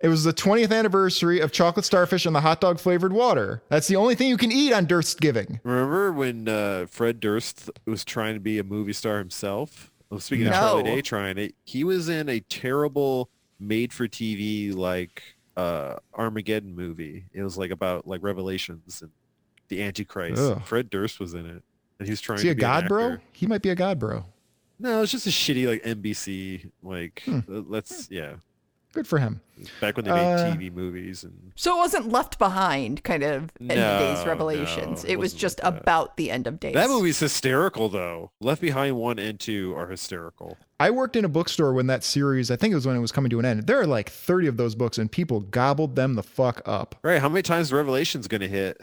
Speaker 4: it was the 20th anniversary of chocolate starfish and the hot dog flavored water. That's the only thing you can eat on Durst's giving.
Speaker 5: Remember when uh, Fred Durst was trying to be a movie star himself? Well, speaking of
Speaker 3: No.
Speaker 5: Charlie Day trying it, he was in a terrible made-for-TV like uh, Armageddon movie. It was like about like Revelations and the Antichrist.
Speaker 4: Ugh.
Speaker 5: Fred Durst was in it, and he was trying
Speaker 4: Is he
Speaker 5: to
Speaker 4: a
Speaker 5: be
Speaker 4: god
Speaker 5: an
Speaker 4: bro?
Speaker 5: actor.
Speaker 4: He might be a god bro.
Speaker 5: No, it's just a shitty like NBC like
Speaker 4: Hmm.
Speaker 5: uh, let's yeah.
Speaker 4: Good for him.
Speaker 5: Back when they made
Speaker 4: Uh,
Speaker 5: TV movies and
Speaker 3: So it wasn't left behind, kind of end of
Speaker 5: No,
Speaker 3: days
Speaker 5: no,
Speaker 3: revelations.
Speaker 5: it
Speaker 3: it was
Speaker 5: wasn't
Speaker 3: just
Speaker 5: like that.
Speaker 3: about the end of days.
Speaker 5: that movie's hysterical though. Left Behind one and two are hysterical.
Speaker 4: I worked in a bookstore when that series, I think it was when it was coming to an end. There are like 30 of those books and people gobbled them the fuck up.
Speaker 5: Right? How many times Revelation's gonna hit?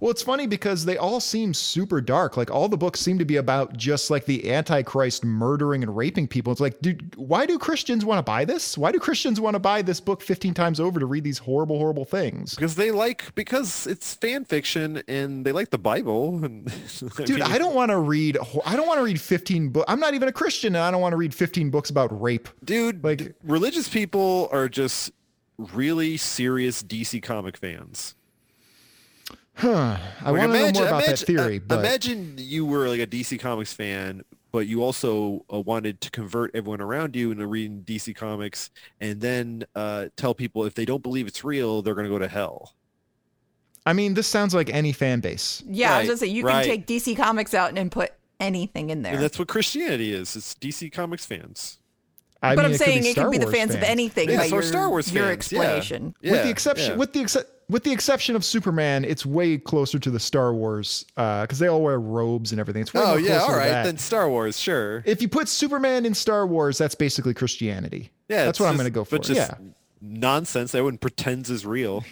Speaker 4: Well, it's funny because they all seem super dark. Like all the books seem to be about just like the Antichrist murdering and raping people. It's like, dude, why do Christians want to buy this? Why do Christians want to buy this book 15 times over to read these horrible, horrible things?
Speaker 5: because they like because it's fan fiction and they like the Bible. And
Speaker 4: Dude, I don't want to read. ho- I don't want to read 15 books. I'm not even a Christian, and I don't want to read 15 books about rape.
Speaker 5: dude.
Speaker 4: like-
Speaker 5: Like religious people are just really serious DC comic fans.
Speaker 4: I want to know more about that theory.
Speaker 5: uh,
Speaker 4: but
Speaker 5: imagine you were like a DC Comics fan but you also uh, wanted to convert everyone around you into reading DC Comics, and then uh, tell people if they don't believe it's real, they're going to go to hell.
Speaker 4: I mean, this sounds like any fan base.
Speaker 3: Yeah, I was
Speaker 5: Right,
Speaker 3: gonna say you
Speaker 5: right.
Speaker 3: can take DC Comics out and put anything in there.
Speaker 5: And that's what Christianity is. It's DC Comics fans.
Speaker 4: I
Speaker 3: but I'm
Speaker 4: mean, could be
Speaker 3: saying it
Speaker 4: Star
Speaker 3: could be the
Speaker 4: Wars
Speaker 3: fans, of anything
Speaker 5: Yeah,
Speaker 3: by
Speaker 5: so
Speaker 3: your,
Speaker 5: Star Wars
Speaker 3: your
Speaker 5: fans, yeah.
Speaker 3: explanation.
Speaker 4: with
Speaker 5: Yeah,
Speaker 4: the exception
Speaker 5: yeah.
Speaker 4: with the exce- with the exception of Superman, it's way closer to the Star Wars because they all wear robes and everything. It's way
Speaker 5: oh
Speaker 4: more
Speaker 5: yeah,
Speaker 4: closer
Speaker 5: all
Speaker 4: to
Speaker 5: right
Speaker 4: that.
Speaker 5: then Star Wars, sure.
Speaker 4: if you put Superman in Star Wars, that's basically Christianity.
Speaker 5: Yeah,
Speaker 4: that's
Speaker 5: it's
Speaker 4: what I'm
Speaker 5: just-
Speaker 4: going to go for.
Speaker 5: But just
Speaker 4: yeah.
Speaker 5: nonsense. Everyone pretends is real.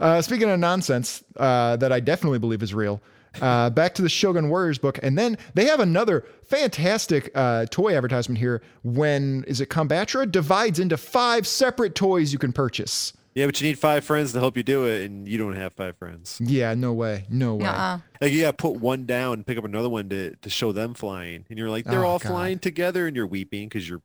Speaker 4: Uh, speaking of nonsense uh, that I definitely believe is real, uh, back to the Shogun Warriors book, and then they have another fantastic uh, toy advertisement here. When is it? Combatra divides into five separate toys you can purchase.
Speaker 5: Yeah, but you need five friends to help you do it, and you don't have five friends.
Speaker 4: Yeah, no way, no way.
Speaker 3: Uh-uh.
Speaker 5: Like you got to put one down and pick up another one to, to show them flying, and you're like they're
Speaker 4: Oh,
Speaker 5: all
Speaker 4: God.
Speaker 5: flying together, and you're weeping because you're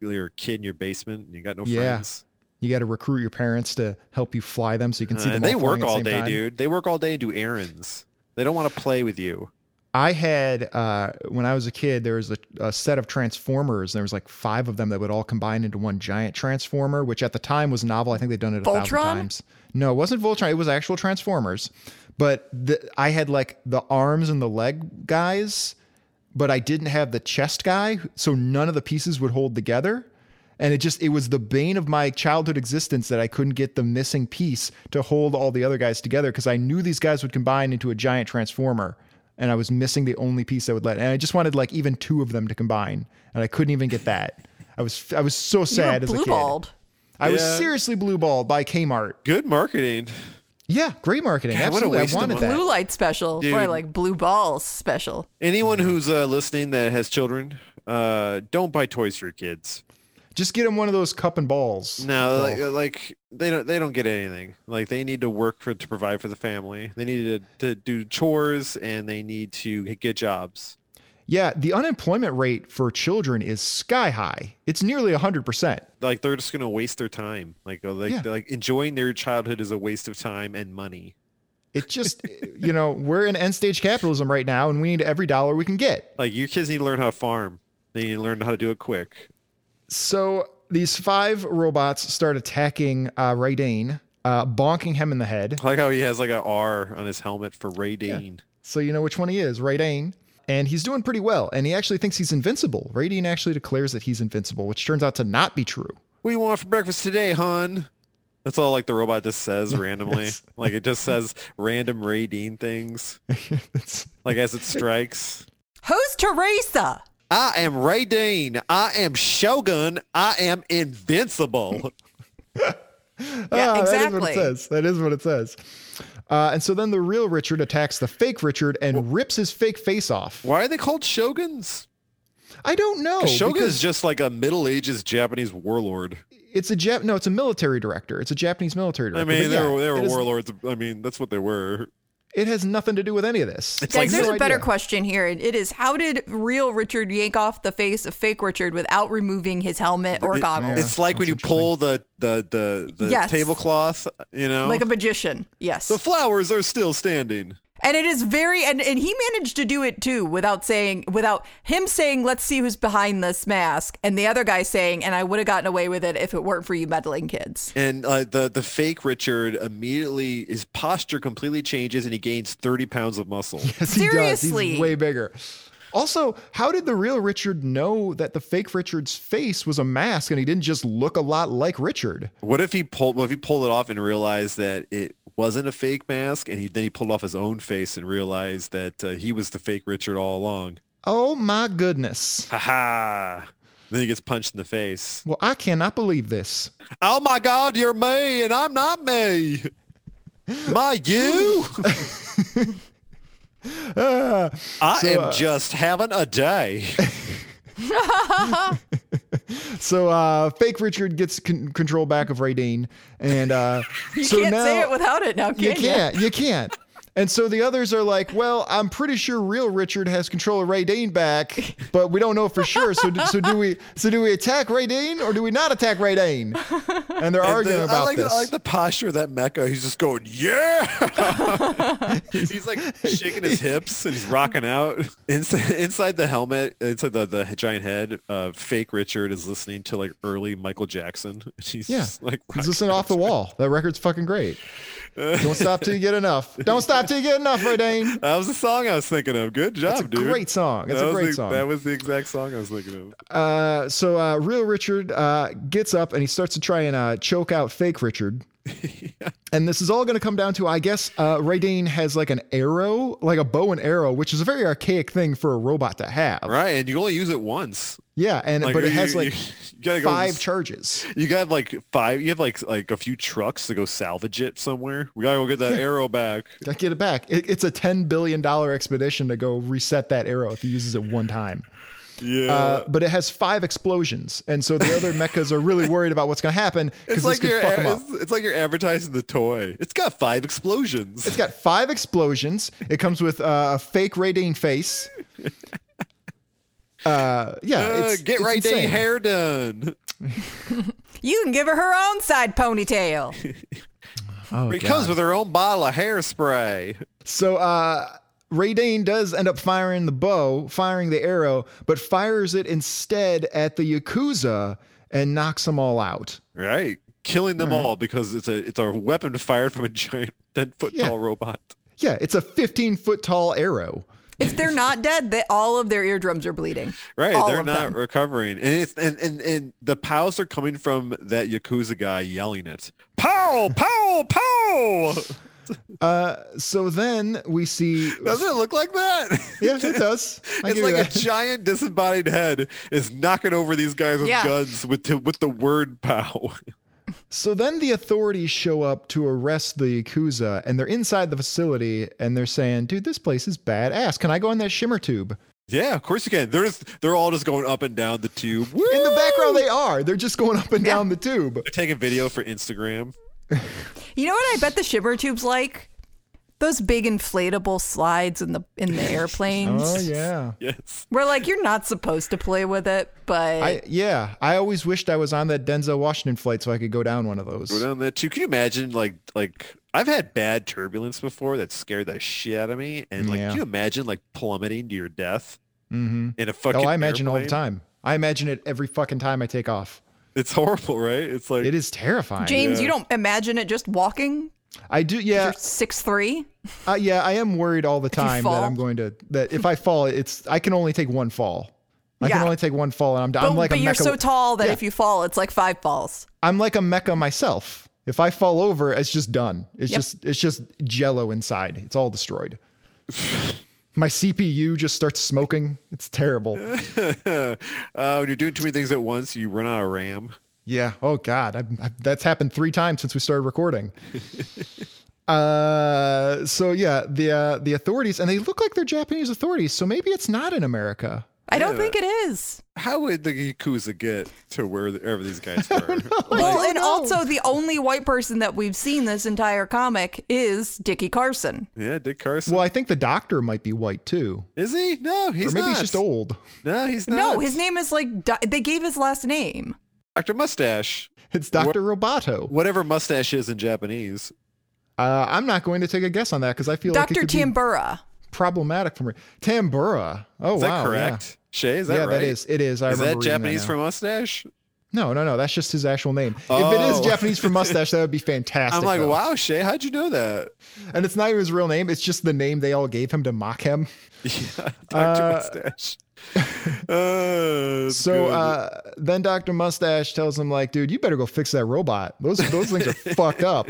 Speaker 5: you're a kid in your basement and you got no
Speaker 4: Yeah.
Speaker 5: friends.
Speaker 4: You got to recruit your parents to help you fly them so you can see
Speaker 5: Uh,
Speaker 4: them.
Speaker 5: they
Speaker 4: flying
Speaker 5: work
Speaker 4: at the
Speaker 5: all
Speaker 4: same
Speaker 5: day,
Speaker 4: time.
Speaker 5: dude. They work all day and do errands. They don't want to play with you.
Speaker 4: I had uh, when I was a kid, there was a, a set of Transformers. And there was like five of them that would all combine into one giant Transformer, which at the time was novel. I think they'd done it a thousand
Speaker 3: Voltron?
Speaker 4: times. No, it wasn't Voltron. It was actual Transformers, but the, I had like the arms and the leg guys, but I didn't have the chest guy, so none of the pieces would hold together. And it just it was the bane of my childhood existence that I couldn't get the missing piece to hold all the other guys together because I knew these guys would combine into a giant transformer. And I was missing the only piece that would let and I just wanted like even two of them to combine. And I couldn't even get that. I was I was so sad
Speaker 3: you
Speaker 4: as
Speaker 3: were
Speaker 4: a
Speaker 3: blue
Speaker 4: kid.
Speaker 3: balled.
Speaker 4: I was
Speaker 5: Yeah.
Speaker 4: seriously blue balled by Kmart.
Speaker 5: Good marketing.
Speaker 4: Yeah, great marketing.
Speaker 5: God, what a
Speaker 4: Absolutely. I
Speaker 5: waste of
Speaker 4: wanted
Speaker 5: money.
Speaker 4: that.
Speaker 3: Blue light special or
Speaker 5: Dude.
Speaker 3: like blue balls special.
Speaker 5: Anyone who's uh, listening that has children, uh, don't buy toys for your kids.
Speaker 4: Just get him one of those cup and balls.
Speaker 5: No, like, uh, like they don't they don't get anything. Like they need to work for to provide for the family. They need to, to do chores and they need to get jobs.
Speaker 4: Yeah, the unemployment rate for children is sky high. It's nearly 100%.
Speaker 5: Like they're just gonna waste their time. Like uh, like
Speaker 4: Yeah.
Speaker 5: like enjoying their childhood is a waste of time and money.
Speaker 4: It just, you know, we're in end stage capitalism right now and we need every dollar we can get.
Speaker 5: Like your kids need to learn how to farm. They need to learn how to do it quick.
Speaker 4: So these five robots start attacking uh, Raiden, uh, bonking him in the head.
Speaker 5: I like how he has like a R on his helmet for Ray Dean.
Speaker 4: So you know which one he is, Raiden. And he's doing pretty well. And he actually thinks he's invincible. Raiden actually declares that he's invincible, which turns out to not be true.
Speaker 5: What do you want for breakfast today, hon? That's all like the robot just says randomly. Like it just says random Ray Dean things.
Speaker 4: It's-
Speaker 5: Like as it strikes.
Speaker 3: Who's Teresa?
Speaker 5: I am Ray Dean. I am Shogun. I am invincible.
Speaker 3: Yeah,
Speaker 4: Ah,
Speaker 3: exactly.
Speaker 4: That is what it says. That is what it says. Uh, and so then the real Richard attacks the fake Richard and rips his fake face off.
Speaker 5: Why are they called Shoguns?
Speaker 4: I don't know.
Speaker 5: Shogun
Speaker 4: because
Speaker 5: is just like a Middle Ages Japanese warlord.
Speaker 4: it's a Jap. No, it's a military director. It's a Japanese military
Speaker 5: I
Speaker 4: director.
Speaker 5: mean,
Speaker 4: But
Speaker 5: they
Speaker 4: yeah,
Speaker 5: were, they were
Speaker 4: it, is-
Speaker 5: warlords. I mean, that's what they were.
Speaker 4: it has nothing to do with any of this.
Speaker 5: It's
Speaker 3: Guys,
Speaker 5: like
Speaker 3: there's
Speaker 4: no
Speaker 3: a better
Speaker 4: idea.
Speaker 3: question here. and It is how did real Richard yank off the face of fake Richard without removing his helmet or
Speaker 5: It-
Speaker 3: goggles?
Speaker 5: It's like when you pull the the the, the
Speaker 3: Yes.
Speaker 5: tablecloth, you know.
Speaker 3: Like a magician. Yes.
Speaker 5: the flowers are still standing.
Speaker 3: and it is very and, and he managed to do it too without saying without him saying, Let's see who's behind this mask and the other guy saying, and I would have gotten away with it if it weren't for you meddling kids.
Speaker 5: And uh, the the fake Richard immediately his posture completely changes and he gains thirty pounds of muscle.
Speaker 4: Yes, he does.
Speaker 3: Seriously.
Speaker 4: He's way bigger. Also, how did the real Richard know that the fake Richard's face was a mask and he didn't just look a lot like Richard?
Speaker 5: What if he pulled? What if he pulled it off and realized that it wasn't a fake mask, and he then he pulled off his own face and realized that uh, he was the fake Richard all along?
Speaker 4: Oh my goodness.
Speaker 5: Ha ha! Then he gets punched in the face.
Speaker 4: Well, I cannot believe this.
Speaker 5: Oh my God, you're me, and I'm not me. My you?
Speaker 4: Ah.
Speaker 5: I
Speaker 4: So,
Speaker 5: am
Speaker 4: uh,
Speaker 5: just having a day.
Speaker 4: So uh, fake Richard gets con- control back of Raydeen, and uh,
Speaker 3: You
Speaker 4: so
Speaker 3: can't
Speaker 4: now
Speaker 3: say it without it now, can
Speaker 4: you
Speaker 3: you?
Speaker 4: can't. You can't. And so the others are like, well, I'm pretty sure real Richard has control of Ray Dane back, but we don't know for sure. So, so do we? So do we attack Ray Dane or do we not attack Ray Dane? And they're arguing
Speaker 5: the-
Speaker 4: about
Speaker 5: I like
Speaker 4: this.
Speaker 5: The, I like the posture of that mecha. He's just going, yeah. he's like shaking his hips and he's rocking out. Inside, inside the helmet, inside the, the giant head, uh, fake Richard is listening to like early Michael Jackson. He's
Speaker 4: yeah,
Speaker 5: just like
Speaker 4: he's
Speaker 5: rocking
Speaker 4: listening
Speaker 5: out.
Speaker 4: off the wall. That record's fucking great. Don't stop till you get enough. Don't stop till you get enough, Ray Dane.
Speaker 5: That was the song I was thinking of. Good job,
Speaker 4: That's a
Speaker 5: dude.
Speaker 4: great song. That's
Speaker 5: That
Speaker 4: a
Speaker 5: was
Speaker 4: great
Speaker 5: the-
Speaker 4: song.
Speaker 5: That was the exact song I was thinking of.
Speaker 4: Uh, so uh, real Richard uh, gets up and he starts to try and uh, choke out fake Richard. And this is all going to come down to, I guess, uh, Ray Dane has like an arrow, like a bow and arrow, which is a very archaic thing for a robot to have.
Speaker 5: Right, and you only use it once.
Speaker 4: Yeah, and
Speaker 5: Like,
Speaker 4: but it
Speaker 5: you-
Speaker 4: has like
Speaker 5: you- you gotta go
Speaker 4: five
Speaker 5: s-
Speaker 4: charges.
Speaker 5: You got like five. You have like like a few trucks to go salvage it somewhere. We gotta go get that arrow back.
Speaker 4: Gotta get it back. It, it's a ten billion dollar expedition to go reset that arrow if he uses it one time.
Speaker 5: Yeah.
Speaker 4: Uh, but it has five explosions, and so the other mechas are really worried about what's going to happen because this
Speaker 5: it's like
Speaker 4: could
Speaker 5: you're
Speaker 4: fuck them up.
Speaker 5: it's, it's like you're advertising the toy. It's got five explosions.
Speaker 4: It's got five explosions. It comes with uh, a fake Ray Dane face. Uh, yeah,
Speaker 5: Uh,
Speaker 4: it's,
Speaker 5: get
Speaker 4: it's
Speaker 5: right day
Speaker 4: insane.
Speaker 5: hair done.
Speaker 3: You can give her her own side ponytail.
Speaker 4: Oh
Speaker 5: it comes with her own bottle of hairspray.
Speaker 4: So uh, Ray Dane does end up firing the bow, firing the arrow, but fires it instead at the yakuza and knocks them all out.
Speaker 5: Right, killing them
Speaker 4: Mm-hmm.
Speaker 5: all because it's a it's a weapon fired from a giant ten foot
Speaker 4: Yeah.
Speaker 5: tall robot.
Speaker 4: Yeah, it's a 15 foot tall arrow.
Speaker 3: If they're not dead, they, all of their eardrums are bleeding.
Speaker 5: Right,
Speaker 3: All
Speaker 5: they're
Speaker 3: of
Speaker 5: not
Speaker 3: them.
Speaker 5: recovering, and it's and, and and the pows are coming from that yakuza guy yelling it. Pow! Pow! Pow!
Speaker 4: So then we see.
Speaker 5: Doesn't it look like that?
Speaker 4: Yeah, it does. I
Speaker 5: it's
Speaker 4: give you
Speaker 5: like a
Speaker 4: that.
Speaker 5: giant disembodied head is knocking over these guys with
Speaker 3: Yeah.
Speaker 5: guns with the, with the word pow.
Speaker 4: So then the authorities show up to arrest the Yakuza and they're inside the facility and they're saying, dude, this place is badass. Can I go on that shimmer tube?
Speaker 5: Yeah, of course you can. They're just, they're all just going up and down the tube.
Speaker 4: In the
Speaker 5: Woo!
Speaker 4: background, they are. They're just going up and down the tube.
Speaker 5: They're taking video for Instagram.
Speaker 3: You know what I bet the shimmer tubes like? Those big inflatable slides in the in the airplanes.
Speaker 4: Oh, yeah.
Speaker 5: Yes.
Speaker 3: We're like, you're not supposed to play with it, but
Speaker 4: I, yeah, I always wished I was on that Denzel Washington flight so I could go down one of
Speaker 5: Go
Speaker 4: those.
Speaker 5: down that tube. Can you imagine like like I've had bad turbulence before that scared the shit out of me, and like
Speaker 4: Yeah.
Speaker 5: can you imagine like plummeting to your death
Speaker 4: Mm-hmm.
Speaker 5: in a fucking?
Speaker 4: Oh, I imagine all the
Speaker 5: airplane?
Speaker 4: time. I imagine it every fucking time I take off.
Speaker 5: It's horrible, right? It's like
Speaker 4: It is terrifying.
Speaker 3: James,
Speaker 5: yeah.
Speaker 3: you don't imagine it just walking.
Speaker 4: I do, yeah,
Speaker 3: You're six three.
Speaker 4: uh, yeah. I am worried all the time that
Speaker 3: fall?
Speaker 4: I'm going to that if I fall, it's I can only take one fall. I can
Speaker 3: Yeah.
Speaker 4: only take one fall, and I'm,
Speaker 3: But,
Speaker 4: I'm like
Speaker 3: but
Speaker 4: a
Speaker 3: you're
Speaker 4: mecha-
Speaker 3: so tall that
Speaker 4: Yeah.
Speaker 3: if you fall, it's like five falls.
Speaker 4: I'm like a mecha myself. If I fall over, it's just done. It's
Speaker 3: Yep.
Speaker 4: just it's just jello inside. It's all destroyed. My CPU just starts smoking. It's terrible.
Speaker 5: uh, when you're doing too many things at once, you run out of RAM.
Speaker 4: Yeah. Oh God, I've, I've, that's happened three times since we started recording. uh, so yeah, the uh, the authorities and they look like they're Japanese authorities. So maybe it's not in America.
Speaker 3: I don't think it is.
Speaker 5: How would the Yakuza get to where wherever these guys were?
Speaker 3: Well, and
Speaker 4: know.
Speaker 3: also the only white person that we've seen this entire comic is Dickie Carson.
Speaker 5: yeah, Dick Carson.
Speaker 4: Well, I think the doctor might be white too,
Speaker 5: Is he? No, he's
Speaker 4: or maybe
Speaker 5: not.
Speaker 4: he's just old.
Speaker 5: No, he's not.
Speaker 3: No, his name is like Di- they gave his last name.
Speaker 5: Dr. Mustache.
Speaker 4: It's Doctor Roboto.
Speaker 5: Whatever mustache is in Japanese.
Speaker 4: Uh, I'm not going to take a guess on that because I feel like it
Speaker 3: Dr.
Speaker 4: could be
Speaker 3: Tambura.
Speaker 4: problematic for me. Tambura. Oh
Speaker 5: Is
Speaker 4: wow,
Speaker 5: that correct? Shay, is that
Speaker 4: Yeah, yeah
Speaker 5: right?
Speaker 4: that is it is. I
Speaker 5: Is that
Speaker 4: remember reading
Speaker 5: Japanese
Speaker 4: now.
Speaker 5: for mustache?
Speaker 4: No, no, no. That's just his actual name. If it is
Speaker 5: Oh.
Speaker 4: Japanese for mustache, that would be fantastic.
Speaker 5: I'm like,
Speaker 4: though.
Speaker 5: wow, Shay, how'd you know that?
Speaker 4: And it's not even his real name. It's just the name they all gave him to mock him.
Speaker 5: Yeah, Dr. mustache. Uh, it's
Speaker 4: So
Speaker 5: good.
Speaker 4: uh, then Dr. Mustache tells him, like, dude, you better go fix that robot. Those those things are fucked up.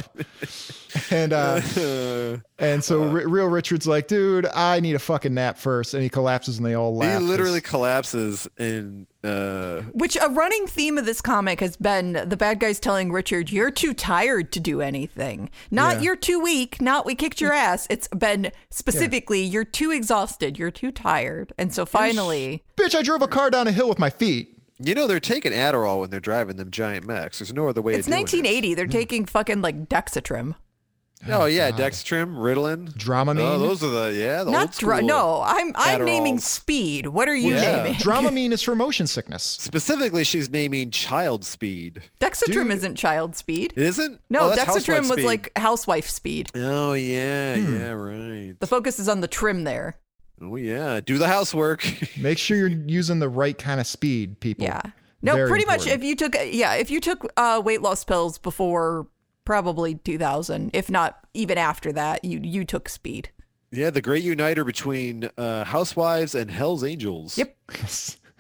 Speaker 4: And uh,
Speaker 5: Uh,
Speaker 4: and so Re- real Richard's like, dude, I need a fucking nap first. And he collapses and they all
Speaker 5: he
Speaker 4: laugh.
Speaker 5: literally collapses in uh
Speaker 3: Which a running theme of this comic has been the bad guys telling Richard, "You're too tired to do anything. Not
Speaker 4: Yeah.
Speaker 3: you're too weak. Not we kicked your ass. It's been specifically you're too exhausted. You're too tired." And so finally,
Speaker 4: Bitch, I drove a car down a hill with my feet.
Speaker 5: You know they're taking Adderall when they're driving them giant mechs. There's no other way.
Speaker 3: it's
Speaker 5: of doing it.
Speaker 3: 1980. They're taking fucking like Dexatrim.
Speaker 5: Oh, yeah, Dextrim, Ritalin,
Speaker 4: Dramamine?
Speaker 5: Oh, those are the yeah, the
Speaker 3: Not
Speaker 5: old
Speaker 3: dra-
Speaker 5: school
Speaker 3: no. I'm I'm naming
Speaker 5: Adderalls.
Speaker 3: speed. What are you
Speaker 5: Yeah.
Speaker 3: naming?
Speaker 4: Dramamine is for motion sickness.
Speaker 5: Specifically, she's naming child speed.
Speaker 3: Dexatrim
Speaker 4: Dude.
Speaker 3: isn't child speed.
Speaker 5: It isn't?
Speaker 3: No,
Speaker 5: Oh, that's
Speaker 3: Dexatrim
Speaker 5: housewife
Speaker 3: was
Speaker 5: speed.
Speaker 3: like housewife speed.
Speaker 5: Oh yeah,
Speaker 4: Hmm.
Speaker 5: yeah, right.
Speaker 3: The focus is on the trim there.
Speaker 5: Oh yeah, do the housework.
Speaker 4: Make sure you're using the right kind of speed, people.
Speaker 3: Yeah. No,
Speaker 4: Very
Speaker 3: pretty much.
Speaker 4: important.
Speaker 3: If you took, yeah, if you took uh, weight loss pills before probably 2000, if not even after that, you you took speed.
Speaker 5: yeah, the great uniter between uh, housewives and Hell's Angels.
Speaker 3: Yep.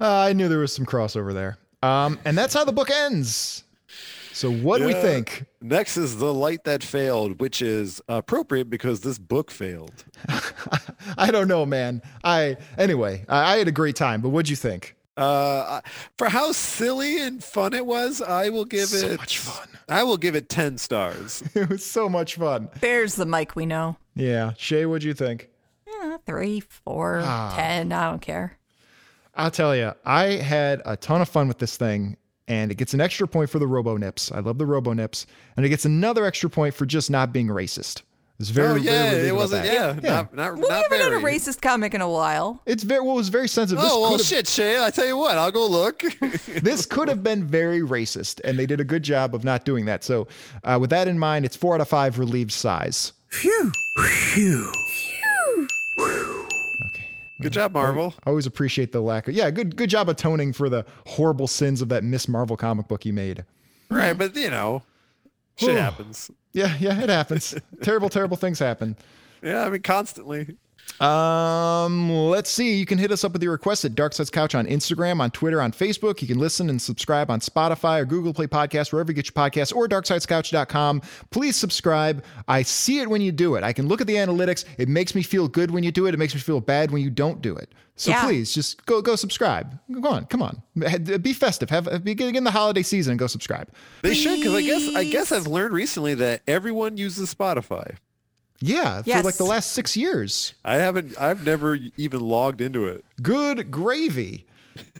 Speaker 4: Uh, I knew there was some crossover there. Um, and that's how the book ends. So what do we
Speaker 5: Yeah.
Speaker 4: think?
Speaker 5: Next is the light that failed, which is appropriate because this book failed.
Speaker 4: I don't know, man. I anyway, I, I had a great time, but what'd you think?
Speaker 5: Uh, I- for how silly and fun it was, I will give
Speaker 4: So
Speaker 5: it
Speaker 4: much fun.
Speaker 5: I will give it ten stars.
Speaker 4: It was so much fun.
Speaker 3: There's the mic we know.
Speaker 4: Yeah. Shay, what'd you think?
Speaker 3: Eh, Three, four, ten. I don't care.
Speaker 4: I'll tell you, I had a ton of fun with this thing, and it gets an extra point for the Robo Nips. I love the Robo Nips, and it gets another extra point for just not being racist. It's very
Speaker 5: oh
Speaker 4: very
Speaker 5: yeah,
Speaker 4: relieved
Speaker 5: it
Speaker 4: about
Speaker 5: wasn't.
Speaker 4: that.
Speaker 5: Yeah, not not,
Speaker 3: Well, we
Speaker 5: not
Speaker 3: haven't
Speaker 5: very.
Speaker 3: had a racist comic in a while.
Speaker 4: It's very well, it was very sensitive. This
Speaker 5: Oh well,
Speaker 4: could've-
Speaker 5: shit, Shay. I tell you what, I'll go look.
Speaker 4: this could have been very racist, and they did a good job of not doing that. So, uh, with that in mind, it's four out of five relieved size. Phew. Phew. Okay.
Speaker 5: Good job, Marvel.
Speaker 4: I always appreciate the lack of yeah, good good job atoning for the horrible sins of that Miss Marvel comic book you made.
Speaker 5: Right, but you know, shit happens.
Speaker 4: Yeah, yeah, it happens. terrible, terrible things happen.
Speaker 5: Yeah, I mean, constantly.
Speaker 4: Um, let's see. You can hit us up with your requests at Darkside's Couch on Instagram, on Twitter, on Facebook. You can listen and subscribe on Spotify or Google Play Podcasts, wherever you get your podcasts, or darksidescouch.com. Please subscribe. I see it when you do it. I can look at the analytics. It makes me feel good when you do it. It makes me feel bad when you don't do it. So
Speaker 3: Yeah.
Speaker 4: please just go go subscribe. Go on, come on. Be festive. Have be get in the holiday season and go subscribe.
Speaker 5: They should, because I guess I guess
Speaker 3: Please.
Speaker 5: I've learned recently that everyone uses Spotify.
Speaker 4: Yeah,
Speaker 3: Yes.
Speaker 4: for like the last six years.
Speaker 5: I haven't. I've never even logged into it.
Speaker 4: Good gravy.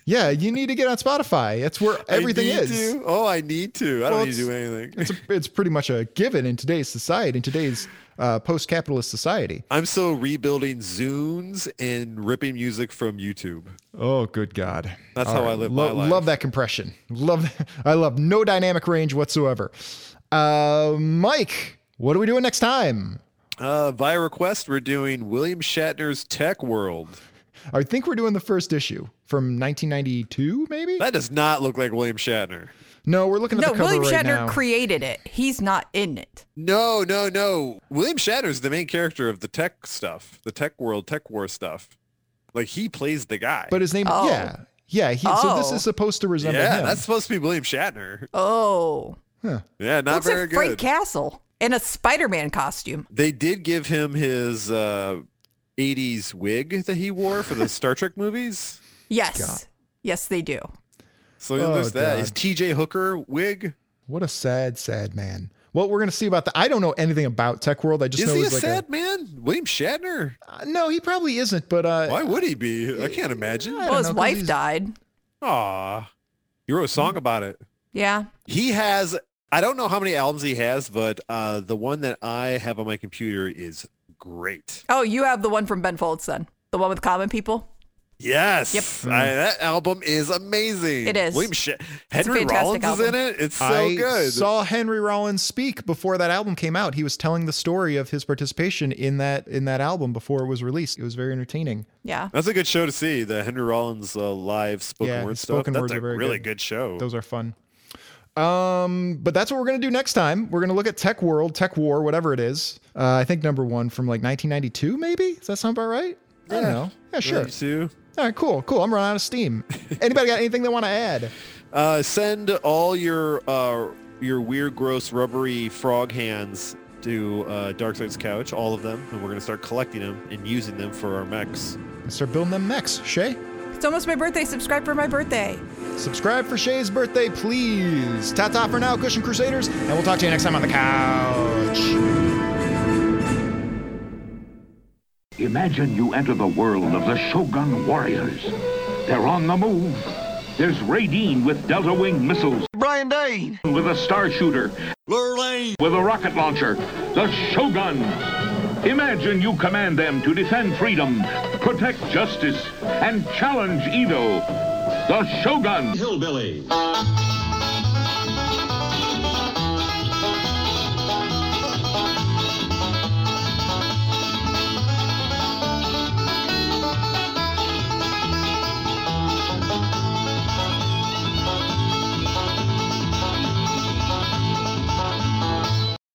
Speaker 4: Yeah, you need to get on Spotify. That's where
Speaker 5: I
Speaker 4: everything
Speaker 5: need
Speaker 4: is.
Speaker 5: to. Oh, I need to. I
Speaker 4: Well,
Speaker 5: don't need to do anything.
Speaker 4: it's a, it's pretty much a given in today's society, in today's uh, post-capitalist society.
Speaker 5: I'm still rebuilding Zunes and ripping music from YouTube.
Speaker 4: Oh, good God!
Speaker 5: That's how I live my life.
Speaker 4: Love that compression. Love. I love no dynamic range whatsoever. Uh, Mike, what are we doing next time?
Speaker 5: Uh, via request, we're doing William Shatner's Tech World.
Speaker 4: I think we're doing the first issue from 1992, maybe.
Speaker 5: That does not look like William Shatner.
Speaker 4: no, we're looking at
Speaker 3: No,
Speaker 4: the cover
Speaker 3: William
Speaker 4: right
Speaker 3: Shatner
Speaker 4: now.
Speaker 3: created it. He's not in it.
Speaker 5: No, no, no. William Shatner's the main character of the tech stuff, the tech world, tech war stuff. Like he plays the guy.
Speaker 4: but his name,
Speaker 3: Oh.
Speaker 4: yeah, yeah. He, So this
Speaker 3: Oh.
Speaker 4: is supposed to resemble
Speaker 5: yeah,
Speaker 4: him.
Speaker 5: that's supposed to be William Shatner.
Speaker 3: Oh,
Speaker 5: Yeah, not
Speaker 3: looks
Speaker 5: very
Speaker 3: like
Speaker 5: good.
Speaker 3: Frank Castle in a Spider-Man costume.
Speaker 5: they did give him his uh, 80s wig that he wore for the Star Trek movies.
Speaker 3: Yes, yes, they do.
Speaker 5: So
Speaker 4: Oh,
Speaker 5: there's that.
Speaker 4: God.
Speaker 5: His TJ Hooker wig.
Speaker 4: What a sad, sad man. Well, we're gonna see about that. I don't know anything about Tech World. I just
Speaker 5: Is
Speaker 4: know
Speaker 5: he a
Speaker 4: it's like a-
Speaker 5: sad man? William Shatner?
Speaker 4: Uh, no, he probably isn't. But uh,
Speaker 5: Why would he be? I can't imagine.
Speaker 4: I
Speaker 3: Well,
Speaker 4: don't
Speaker 3: his
Speaker 4: know, 'cause
Speaker 3: wife
Speaker 4: he's-
Speaker 3: died.
Speaker 5: Aw. You wrote a
Speaker 4: Mm.
Speaker 5: song about it.
Speaker 3: Yeah.
Speaker 5: He has, I don't know how many albums he has, but uh, the one that I have on my computer is great.
Speaker 3: Oh, you have the one from Ben Folds then. The one with common people.
Speaker 5: Yes.
Speaker 4: Yep. Mm.
Speaker 5: I, that album is amazing.
Speaker 3: It is.
Speaker 5: William Shat- Henry
Speaker 3: fantastic
Speaker 5: Rollins is in
Speaker 3: album.
Speaker 5: it. It's so
Speaker 4: I
Speaker 5: good.
Speaker 4: saw Henry Rollins speak before that album came out. He was telling the story of his participation in that in that album before it was released. It was very entertaining.
Speaker 3: Yeah.
Speaker 5: That's a good show to see. The Henry Rollins uh, live spoken
Speaker 4: Yeah,
Speaker 5: word
Speaker 4: his spoken
Speaker 5: stuff.
Speaker 4: words
Speaker 5: That's
Speaker 4: are
Speaker 5: a
Speaker 4: very
Speaker 5: really
Speaker 4: good.
Speaker 5: good, show.
Speaker 4: Those are fun. Um, but that's what we're gonna do next time. We're gonna look at Tech World, Tech War, whatever it is. Uh, I think number one from like 1992, maybe. Does that sound about right? I don't know. Yeah, sure.
Speaker 5: You too.
Speaker 4: All right, cool, cool. I'm running out of steam. Anybody got anything they want to add?
Speaker 5: Uh, send all your uh, your weird, gross, rubbery frog hands to uh, Darkseid's couch, all of them, and we're gonna start collecting them and using them for our mechs.
Speaker 4: Start building them mechs. Shay,
Speaker 3: It's almost my birthday. Subscribe for my birthday.
Speaker 4: subscribe for Shay's birthday, please. Ta ta for now, Cushion Crusaders, and we'll talk to you next time on the couch.
Speaker 6: Imagine you enter the world of the Shogun Warriors. They're on the move. There's Ray Dean with Delta Wing missiles. Brian Dane with a star shooter. Lurlane with a rocket launcher. The Shogun. Imagine you command them to defend freedom, protect justice, and challenge evil. The Shogun.
Speaker 7: Hillbilly.